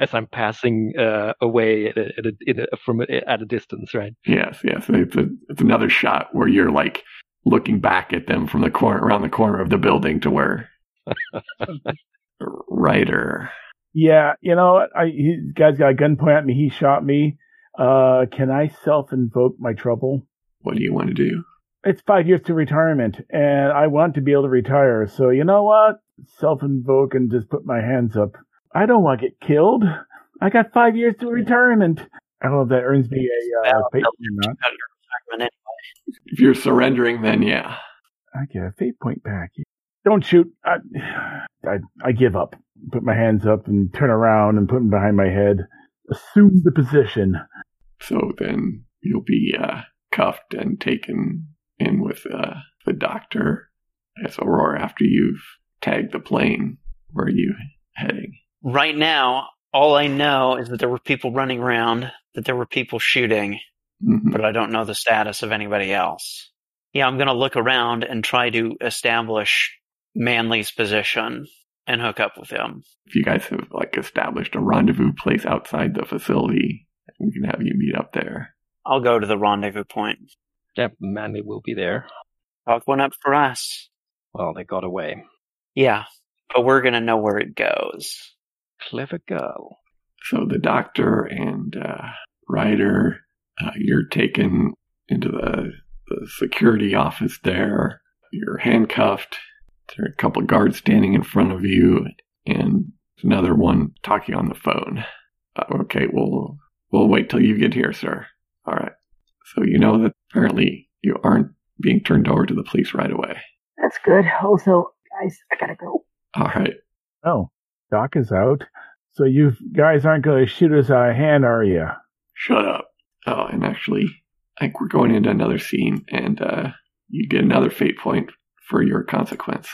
As I'm passing uh, away at a, at a, in a, from a, at a distance, right?
Yes, yes. It's, a, it's another shot where you're like looking back at them from the corner, around the corner of the building to where Ryder.
Yeah, you know, I he guy's got a gun pointed at me. He shot me. Uh, can I self invoke my trouble?
What do you want to do?
It's five years to retirement, and I want to be able to retire. So you know what? Self invoke and just put my hands up. I don't want to get killed. I got five years to retirement. I don't know if that earns me a uh,
Well,
fate
no.
point or not.
If you're surrendering, then yeah.
I get a fate point back. Don't shoot. I, I, I give up. Put my hands up and turn around and put them behind my head. Assume the position.
So then you'll be uh, cuffed and taken in with uh, the doctor as Aurora after you've tagged the plane. Where are you heading?
Right now, all I know is that there were people running around, that there were people shooting,
Mhm.
but I don't know the status of anybody else. Yeah, I'm going to look around and try to establish Manley's position and hook up with him.
If you guys have like established a rendezvous place outside the facility, we can have you meet up there.
I'll go to the rendezvous point.
Yeah, Manly will be there.
Talk one up for us.
Well, they got away.
Yeah, but we're going to know where it goes.
Clever girl.
So the doctor and uh, Ryder, uh, you're taken into the, the security office there. You're handcuffed. There are a couple of guards standing in front of you, and another one talking on the phone. Uh, okay, we'll we'll wait till you get here, sir. All right. So you know that apparently you aren't being turned over to the police right away.
That's good. Also, guys, I gotta go.
All right.
Oh, Doc is out. So you guys aren't going to shoot us out of hand, are you?
Shut up. Oh, and actually, I think we're going into another scene, and uh, you get another fate point for your consequence.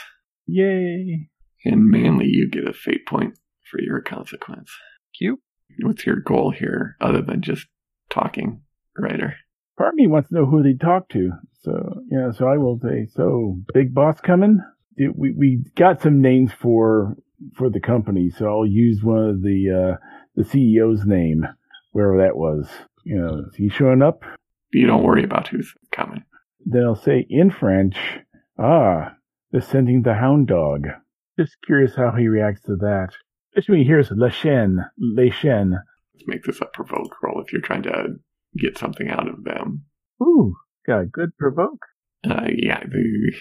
Yay.
And Manly, you get a fate point for your consequence.
Cute.
What's your goal here, other than just talking, writer?
Part of me wants to know who they talk to. So, yeah, so I will say, so big boss coming? Dude, We, we got some names for, for the company. So I'll use one of the, uh, the CEO's name, wherever that was. You know, is he showing up?
You don't worry about who's coming.
Then I'll say in French, ah, they're sending the hound dog. Just curious how he reacts to that. Especially when he hears La Chienne, Le Chienne.
Let's make this a provoke roll if you're trying to get something out of them.
Ooh, got a good provoke.
Uh, yeah, the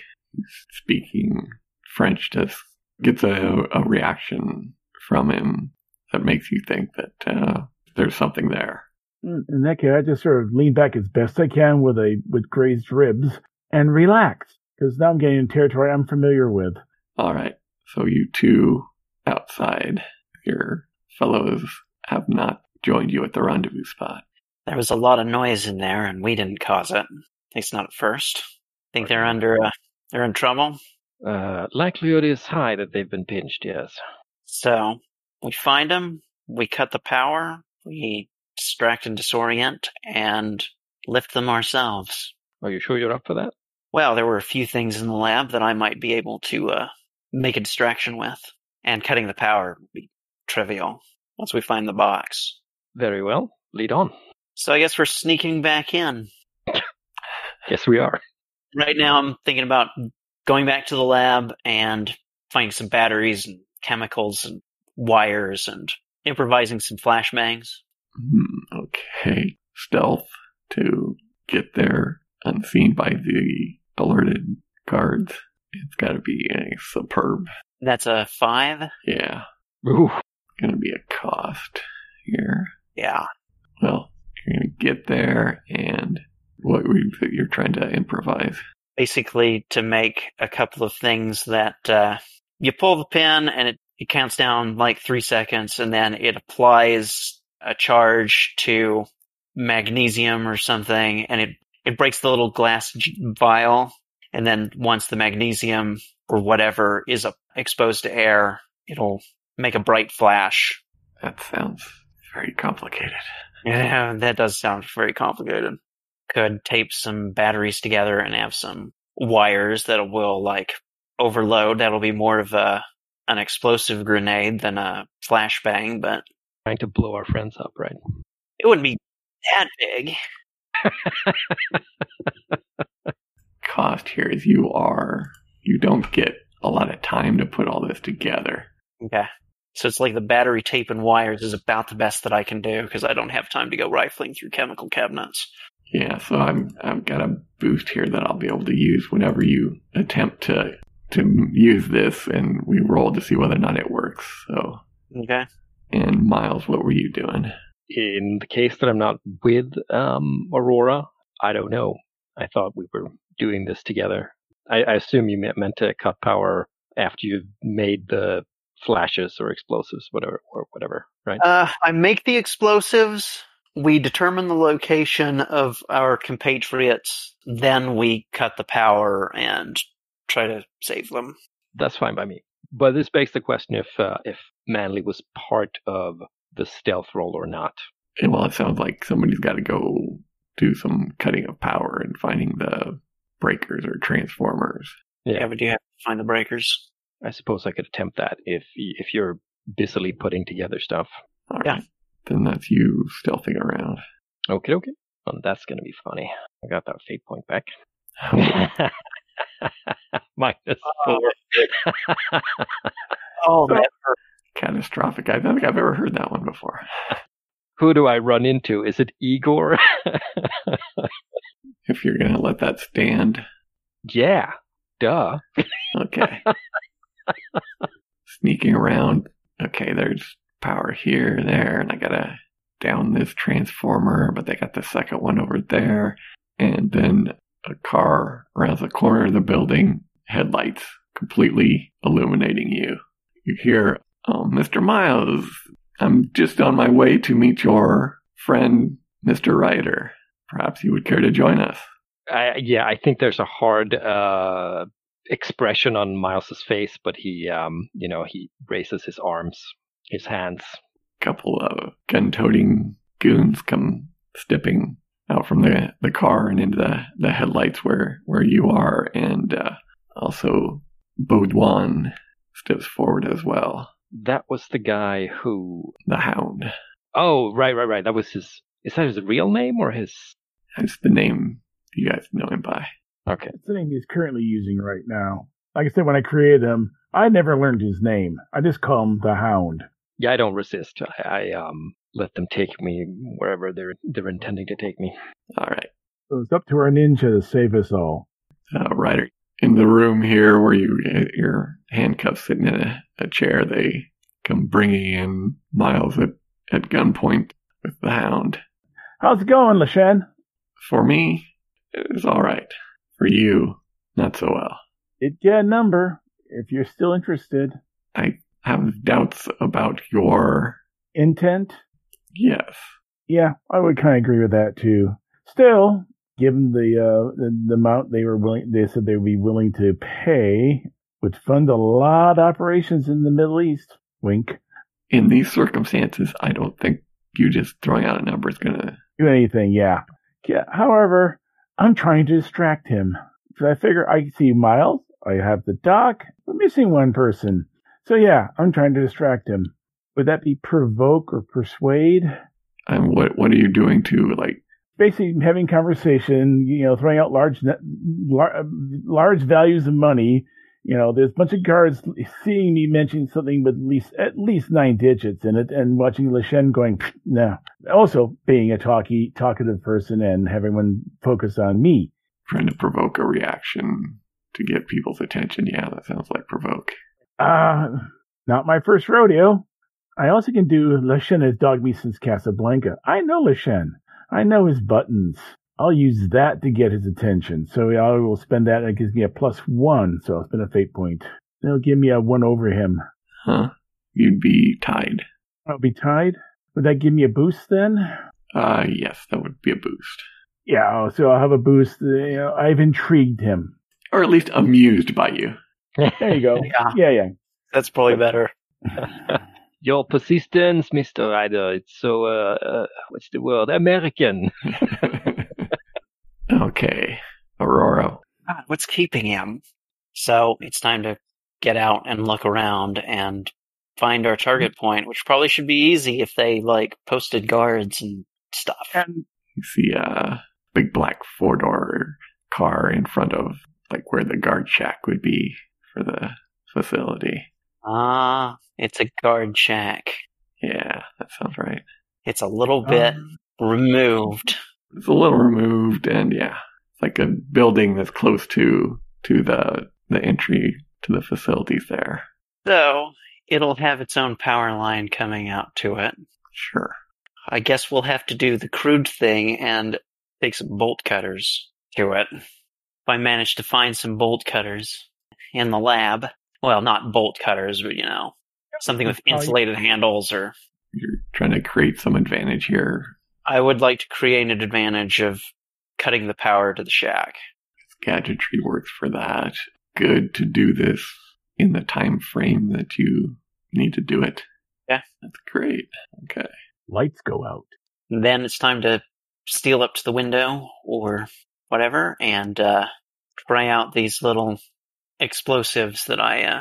speaking French just gets a, a reaction from him that makes you think that uh, there's something there.
In in that case, I just sort of lean back as best I can with a with grazed ribs and relax because now I'm getting in territory I'm familiar with.
All right. So you two outside, your fellows have not joined you at the rendezvous spot.
There was a lot of noise in there, and we didn't cause it. At least not at first. Think they're under uh, they're in trouble.
Uh, likelihood is high that they've been pinched, yes.
So we find them, we cut the power, we distract and disorient, and lift them ourselves.
Are you sure you're up for that?
Well, there were a few things in the lab that I might be able to uh, make a distraction with, and cutting the power would be trivial once we find the box.
Very well. Lead on.
So I guess we're sneaking back in.
Yes, we are.
Right now, I'm thinking about going back to the lab and finding some batteries and chemicals and wires and improvising some flashbangs.
Hmm, okay. Stealth to get there unseen by the alerted guards. It's got to be a superb.
That's a five.
Yeah.
Ooh.
Going to be a cost here.
Yeah.
Well, you're going to get there and what were you, you're trying to improvise.
Basically, to make a couple of things that uh, you pull the pin and it, it counts down like three seconds and then it applies a charge to magnesium or something and it, it breaks the little glass j- vial. And then once the magnesium or whatever is uh, exposed to air, it'll make a bright flash
That sounds very complicated.
Yeah, that does sound very complicated. Could tape some batteries together and have some wires that will like overload. That'll be more of a an explosive grenade than a flashbang, but
Trying to blow our friends up, right?
it wouldn't be that big.
Cost here is you are, you don't get a lot of time to put all this together.
Okay. So it's like the battery tape and wires is about the best that I can do because I don't have time to go rifling through chemical cabinets.
Yeah, so I'm I've got a boost here that I'll be able to use whenever you attempt to to use this, and we roll to see whether or not it works. So,
Okay.
and Miles, what were you doing?
In the case that I'm not with um, Aurora, I don't know. I thought we were doing this together. I, I assume you meant- meant to cut power after you've made the flashes or explosives, whatever, or whatever, right?
Uh, I make the explosives. We determine the location of our compatriots. Then we cut the power and try to save them.
that's fine by me. But this begs the question if uh, if Manly was part of the stealth roll or not.
Eh, Well, it sounds like somebody's got to go do some cutting of power and finding the breakers or transformers.
Yeah, we do have to find the breakers.
I suppose I could attempt that if if you're busily putting together stuff.
All right,
Yeah.
Then that's you stealthing around.
Okay, okay. Well, Oh, that's gonna be funny. I got that fate point back. Minus four.
So-
Oh, man.
Catastrophic. I don't think I've ever heard that one before.
Who do I run into? Is it Igor?
If you're going to let that stand,
yeah. Duh.
Okay. Sneaking around. Okay, there's power here, there, and I gotta down this transformer, but they got the second one over there. And then a car around the corner of the building, headlights completely illuminating you. You hear, oh, Mr. Miles, I'm just on my way to meet your friend, Mr. Ryder. Perhaps you would care to join us.
I, yeah, I think there's a hard uh, expression on Miles's face, but he, um, you know, he raises his arms, his hands.
couple of gun toting goons come stepping out from the, the car and into the, the headlights where, where you are. And uh, also, Baudouin steps forward as well.
That was the guy who.
The hound.
Oh, right, right, right. That was his. Is that his real name or his?
That's the name you guys know him by.
Okay,
That's the name he's currently using right now. Like I said, when I created him, I never learned his name. I just call him the Hound.
yeah, I don't resist. I, I um let them take me wherever they're they're intending to take me.
All right.
So it's up to our ninja to save us all.
uh, right in the room here where you your handcuffs sitting in a, a chair. They come bringing in Miles at, at gunpoint with the hound.
How's it going, Lashen?
For me, it was all right. For you, not so well.
Did get a number if you're still interested.
I have doubts about your
Intent?
yes.
Yeah, I would kind of agree with that too. Still, given the uh, the, the amount they were willing, they said they'd be willing to pay, would fund a lot of operations in the Middle East. Wink.
in these circumstances, I don't think you just throwing out a number is going to.
do anything. Yeah. yeah. However, I'm trying to distract him. So I figure I see Miles. I have the doc. I'm missing one person. So yeah, I'm trying to distract him. Would that be provoke or persuade?
And what what are you doing to like?
Basically, having conversation. You know, throwing out large, net- lar- large values of money. You know, there's a bunch of guards seeing me mention something with at least at least nine digits in it, and watching Leshen going "Pfft, no. Also, being a talky talkative person and having one focus on me.
trying to provoke a reaction to get people's attention. Yeah, that sounds like provoke.
Uh, not my first rodeo. I also can do Lashen has dogged me since Casablanca. I know Lashen. I know his buttons. I'll use that to get his attention. So I will spend that. It gives me a plus one. So I'll spend a fate point. It'll give me a one over him.
Huh? You'd be tied.
I'll be tied. Would that give me a boost then?
Uh, yes, that would be a boost.
Yeah. So I'll have a boost. You know, I've intrigued him.
Or at least amused by you.
There you go.
Yeah,
yeah, yeah.
that's probably better.
Your persistence, Mr. Ryder. It's so, uh, uh, what's the word? American.
okay. Aurora.
God, what's keeping him? So it's time to get out and look around and find our target point, which probably should be easy if they like posted guards and stuff.
And
You see a big black four door car in front of like where the guard shack would be for the facility.
Ah, it's a guard shack.
Yeah, that sounds right.
It's a little
Ah.
bit
um,
removed.
It's a little removed and yeah. It's like a building that's close to to the the entry to the facilities there.
So it'll have its own power line coming out to it.
Sure.
I guess we'll have to do the crude thing and take some bolt cutters to it. If I manage to find some bolt cutters in the lab, well, not bolt cutters, but you know, something with
Oh, yeah.
insulated handles, or
You're trying to create some advantage here.
I would like to create an advantage of cutting the power to the shack.
Gadgetry works for that. Good to do this in the time frame that you need to do it.
Yeah.
That's great. Okay.
lights go out.
And then it's time to steal up to the window or whatever and uh, try out these little explosives that I uh,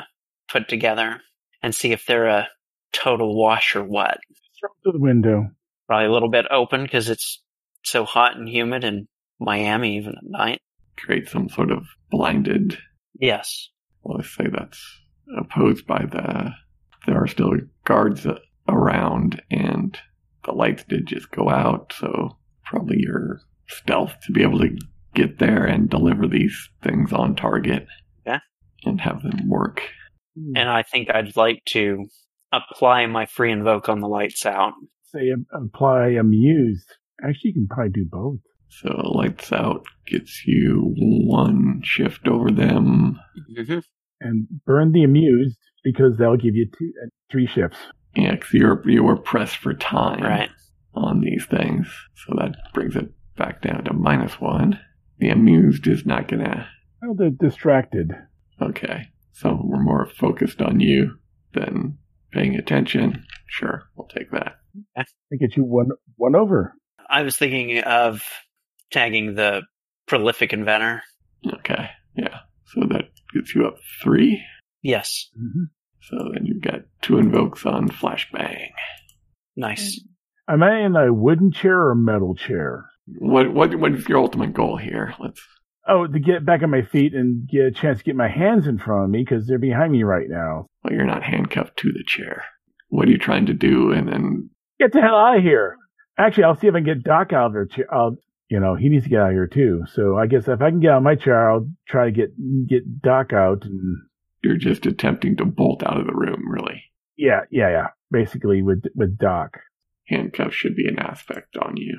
put together and see if they're a total wash or what.
Throw it through the window.
probably a little bit open because it's so hot and humid in Miami even at night.
Create some sort of blinded
Yes.
well, let's say that's opposed by the there are still guards a- around and the lights did just go out so probably your stealth to be able to get there and deliver these things on target
Yeah.
and have them work
Hmm.
And I think I'd like to apply my free invoke on the lights out.
Say um, apply amused. Actually, you can probably do both.
so lights out gets you one shift over them
and burn the amused because that'll give you two, uh, three shifts.
yeah 'cause you're you were pressed for time
Right.
on these things. So that brings it back down to minus one. The amused is not gonna.
Oh, they're distracted.
Okay. So we're more focused on you than paying attention. Sure, we'll take that.
They get you one one over.
I was thinking of tagging the prolific inventor.
Okay. Yeah. So that gets you up three.
Yes.
hmm
So then you've got two invokes on flashbang.
Nice.
Am I in a wooden chair or a metal chair?
What what what is your ultimate goal here? Let's
Oh, to get back on my feet and get a chance to get my hands in front of me because they're behind me right now.
well you're not handcuffed to the chair. What are you trying to do? And then
Get the hell out of here! Actually, I'll see if I can get Doc out of their chair. I'll, you know, he needs to get out of here too. So I guess if I can get out of my chair, I'll try to get get Doc out. And
you're just attempting to bolt out of the room, really.
yeah, yeah, yeah. Basically, with with Doc.
handcuffs should be an aspect on you.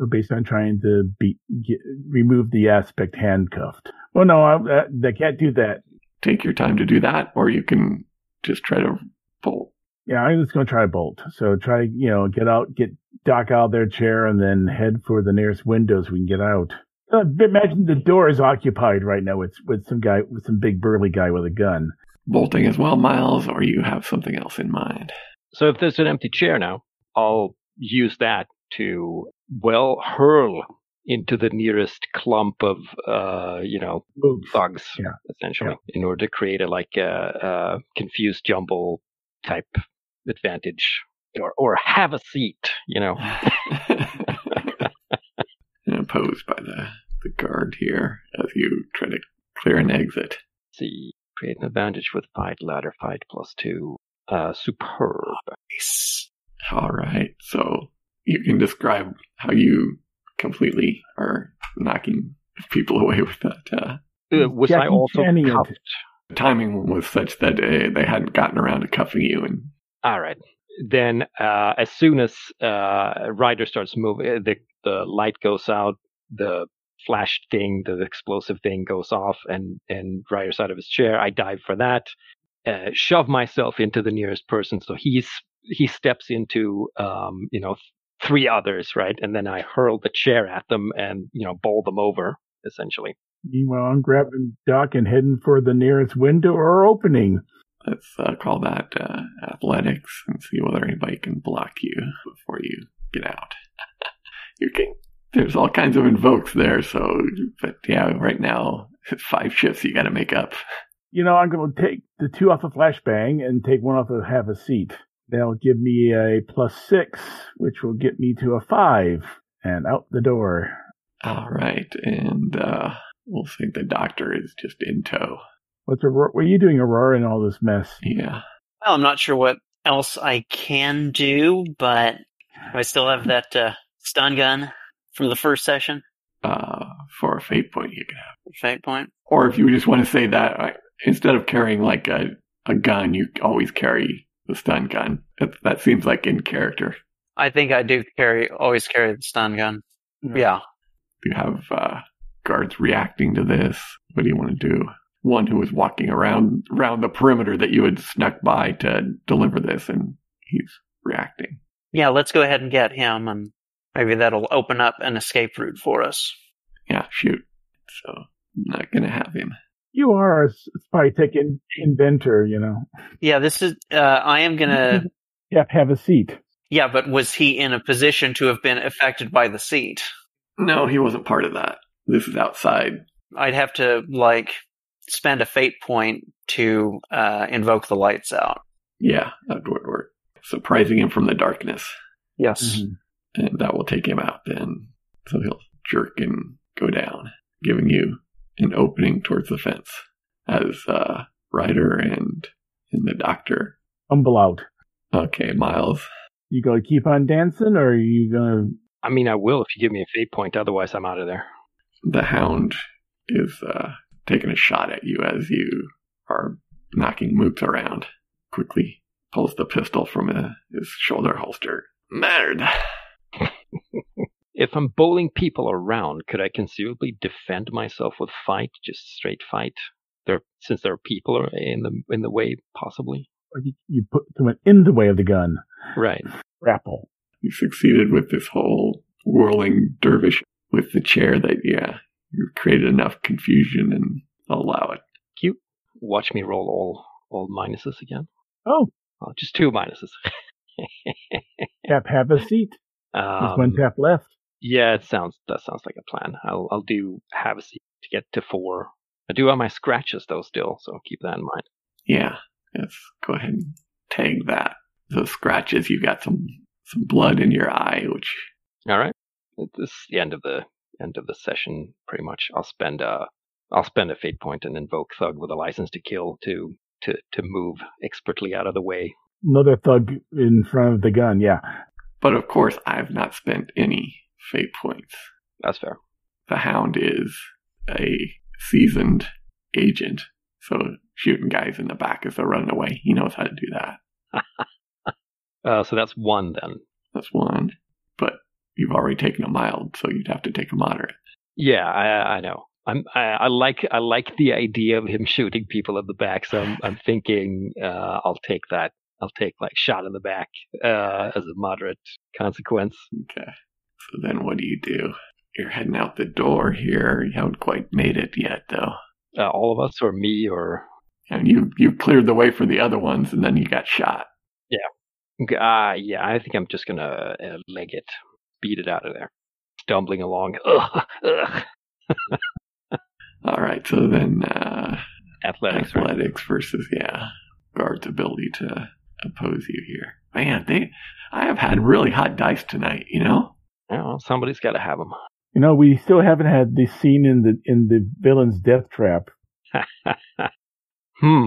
So based on trying to be, get, remove the aspect handcuffed. Well, no, I, uh, they can't do that.
Take your time to do that, or you can just try to pull.
Yeah, I'm just going to try bolt. So try, you know, get out, get Doc out of their chair, and then head for the nearest windows we can get out. Uh, imagine the door is occupied right now with with some guy with some big burly guy with a gun.
Bolting as well, Miles, or you have something else in mind.
So if there's an empty chair now, I'll use that to well hurl into the nearest clump of uh, you know
Moves.
thugs,
Yeah.
essentially, in order to create a like a, a confused jumble type advantage, or or have a seat, you know.
Opposed by the, the guard here as you try to clear an exit.
see, create an advantage with fight, ladder fight plus two. Uh, superb.
Nice.
All right. So you can describe how you completely are knocking people away with that. Uh,
Uh, was I
Jackie
also
Chan-y it.
cuffed?
the timing was such that uh, they hadn't gotten around to cuffing you, and
All right. Then, uh, as soon as uh, Ryder starts moving, uh, the the light goes out, the flash thing, the explosive thing goes off, and and Ryder's out of his chair. I dive for that, uh, shove myself into the nearest person, so he's he steps into um, you know three others, right, and then I hurl the chair at them and you know bowl them over essentially.
Meanwhile, I'm grabbing Doc and heading for the nearest window or opening.
let's uh, call that uh, athletics and see whether anybody can block you before you get out. you can. There's all kinds of invokes there, so but yeah, right now five shifts you got to make up.
You know, I'm going to take the two off of flashbang and take one off of half a seat. That'll give me a plus six, which will get me to a five and out the door.
All right, and uh, we'll say the doctor is just in tow.
What's Aurora? What are you doing, Aurora, in all this mess?
Yeah.
Well, I'm not sure what else I can do, but I still have that uh, stun gun from the first session.
Uh, for a fate point you can have,
Fate point.
or if you just want to say that I- instead of carrying like a a gun, you always carry the stun gun. That, that seems like in character.
I think I do carry, always carry the stun gun. Yeah.
you have uh, guards reacting to this. What do you want to do? One who was walking around around the perimeter that you had snuck by to deliver this, and he's reacting.
Yeah, let's go ahead and get him, and maybe that'll open up an escape route for us.
Yeah, shoot. So I'm not gonna have him.
You are a s- spy tech in- inventor, you know.
Yeah, this is. Uh, I am gonna.
Yep, have a seat.
Yeah, but was he in a position to have been affected by the seat?
No, he wasn't part of that. This is outside.
I'd have to like spend a fate point to uh, invoke the lights out.
Yeah, that would work. Surprising him from the darkness,
Yes.
and that will take him out. Then, so he'll jerk and go down, giving you an opening towards the fence as uh, Ryder and and the doctor
Humble out.
Okay, Miles.
You going to keep on dancing, or are you going
I mean, I will if you give me a fate point. Otherwise, I'm out of there.
The hound is uh, taking a shot at you as you are knocking Mooks around. Quickly pulls the pistol from uh, his shoulder holster. Murd!
If I'm bowling people around, could I conceivably defend myself with fight, just straight fight? There, since there are people in the in the way, possibly.
to you put someone in the way of the gun?
Right.
Grapple.
You succeeded with this whole whirling dervish with the chair that, yeah, you created enough confusion and allow it.
Cute. Watch me roll all all minuses again.
Oh,
Oh, just two minuses.
tap, have a seat. There's
Um,
one tap left.
yeah, it sounds that sounds like a plan. I'll I'll do have a seat to get to four. I do have my scratches though still, so keep that in mind.
Yeah, let's go ahead and tag that. Those scratches, you got some, some blood in your eye, which
All right. This is the end of the end of the session, pretty much. I'll spend a I'll spend a fate point and invoke thug with a license to kill to to to move expertly out of the way.
Another thug in front of the gun. Yeah.
But of course, I've not spent any fate points.
That's fair.
The Hound is a seasoned agent, so shooting guys in the back as they're running away, he knows how to do that.
Uh, so that's one then.
That's one. But you've already taken a mild, so you'd have to take a moderate.
Yeah, I I know. I'm I, I like I like the idea of him shooting people in the back. So I'm I'm thinking uh, I'll take that. I'll take like shot in the back uh, as a moderate consequence.
Okay. So then what do you do? You're heading out the door here. You haven't quite made it yet, though.
Uh, all of us or me or
And you you cleared the way for the other ones, and then you got shot.
Uh, yeah, I think I'm just gonna uh, leg it, beat it out of there. Stumbling along, ugh, ugh.
All right, so then uh,
Athletics,
athletics,
right?
versus yeah, guard's ability to oppose you here. Man, they I have had really hot dice tonight. You know,
Yeah, well, somebody's got to have them.
You know, we still haven't had the scene in the in the villain's death trap.
Hmm.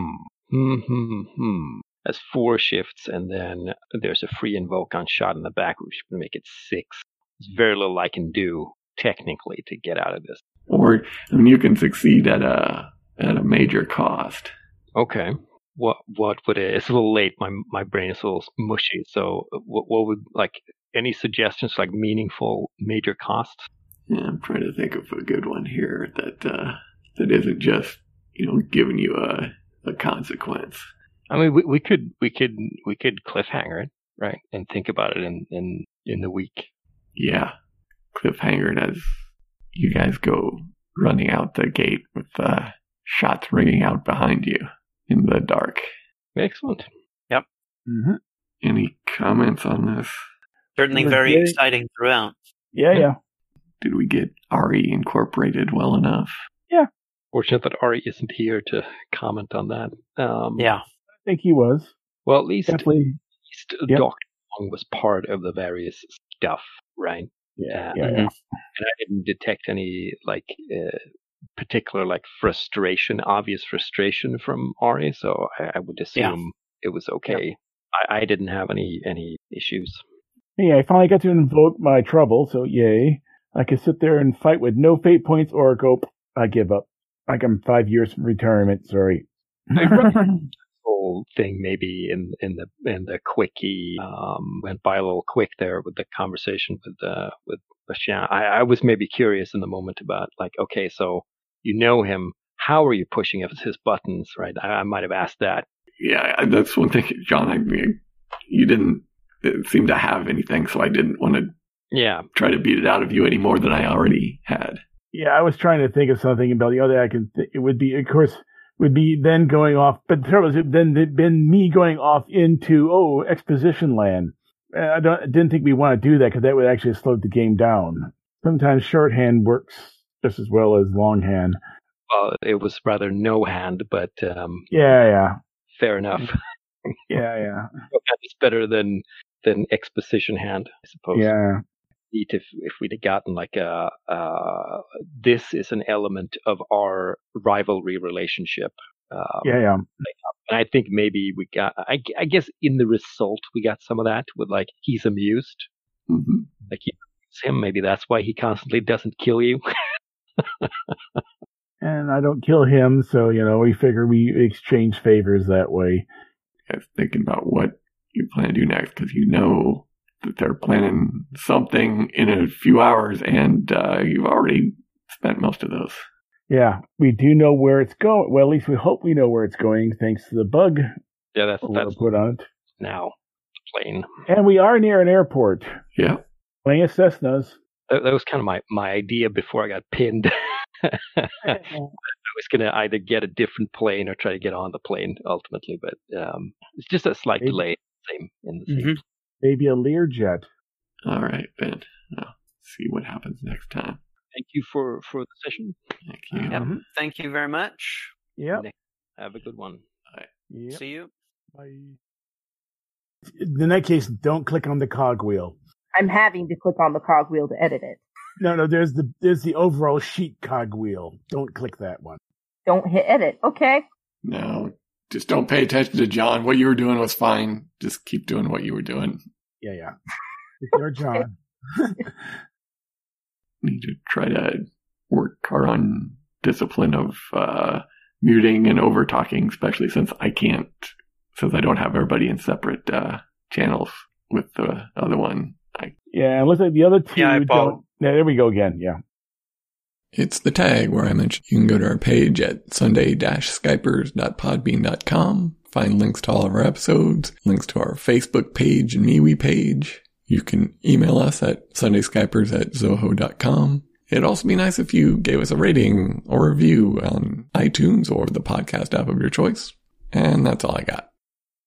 Hmm. Hmm. Hmm. That's four shifts, and then there's a free invoke on shot in the back, which would make it six. There's very little I can do technically to get out of this.
or I mean, you can succeed at a at a major cost.
Okay. What what would it? It's a little late. My my brain is a little mushy. So uh, what what would like any suggestions like meaningful major costs?
Yeah, I'm trying to think of a good one here that uh, that isn't just you know giving you a a consequence.
I mean, we, we could we could we could cliffhanger it right and think about it in in in the week.
Yeah, cliffhanger it as you guys go running out the gate with uh, shots ringing out behind you in the dark.
Excellent.
Mm-hmm.
Any comments on this?
Certainly
It was
very
very-
exciting throughout.
Yeah, yeah.
Did we get RE incorporated well enough?
Fortunate that Ari isn't here to comment on that. Um,
Yeah.
I think he was
Well, at least at
definitely.
least uh,
Yep.
Doctor Wong was part of the various stuff, right?
Yeah,
Yeah.
yeah, Mm-hmm. yeah.
Mhm.
and I didn't detect any like uh, particular like frustration, obvious frustration from Ari. So I, I would assume it was okay. I, I didn't have any any issues.
Hey, I finally got to invoke my trouble, so yay! I could sit there and fight with no fate points or go. I give up. Like I'm five years from retirement. Sorry.
Whole thing maybe in in the in the quickie um, went by a little quick there with the conversation with uh, with Bashana. I, I was maybe curious in the moment about like okay, so you know him. How are you pushing his his buttons, right? I, I might have asked that.
Yeah, I- that's one thing, John. I mean, you didn't uh, seem to have anything, so I didn't want to
Yeah,
try to beat it out of you any more than I already had.
Yeah, I was trying to think of something about the other. I can. Th- it would be, of course, would be then going off. But the trouble is, it then it'd been me going off into oh exposition land. And I don't I didn't think we want to do that because that would actually slow the game down. Sometimes shorthand works just as well as longhand.
well, it was rather no hand, but um,
Yeah, yeah,
fair enough.
yeah, yeah,
No hand is better than than exposition hand, I suppose.
yeah.
Neat If if we'd have gotten like a uh, this is an element of our rivalry relationship. Um,
Yeah, yeah.
And I think maybe we got. I, g- I guess in the result we got some of that with like he's amused,
hmm
like he amuses him. Maybe that's why he constantly doesn't kill you.
And I don't kill him, so you know we figure we exchange favors that way.
guys thinking about what you plan to do next because you know that they're planning something in a few hours and uh, you've already spent most of those.
Yeah, we do know where it's going. Well, at least we hope we know where it's going, thanks to the bug
yeah, that's
we're
that's
put on it.
now plain.
And we are near an airport.
Yeah.
Playing as Cessnas.
that, that was kind of my, my idea before I got pinned. I was going to either get a different plane or try to get on the plane ultimately, but um, it's just a slight
Maybe.
delay. Same in the same.
Mm-hmm.
Mhm.
Maybe a Learjet.
All right, Ben. Well, see what happens next time.
Mm-hmm.
Thank you for, for the session.
Thank you.
Yep. Thank you very much.
Yep.
Have a good one.
yep.
See you.
In that case, don't click on the cogwheel.
I'm having to click on the cogwheel to edit it.
No, no, there's the there's the overall sheet cogwheel. Don't click that one.
Don't hit edit. Okay.
No, just don't pay attention to John. What you were doing was fine. Just keep doing what you were doing.
Yeah, yeah. If you're John.
Need to try to work hard on discipline of uh, muting and over talking, especially since I can't, since I don't have everybody in separate uh, channels with the other one. I,
Yeah, and looks like the other two
Yeah, I
don't.
followed.
Yeah, there we go again. Yeah.
It's the tag where I mentioned you can go to our page at sunday-skypers.podbean.com, find links to all of our episodes, links to our Facebook page and MeWe page. You can email us at sundayskypers at zoho.com. It'd also be nice if you gave us a rating or review on iTunes or the podcast app of your choice. And that's all I got.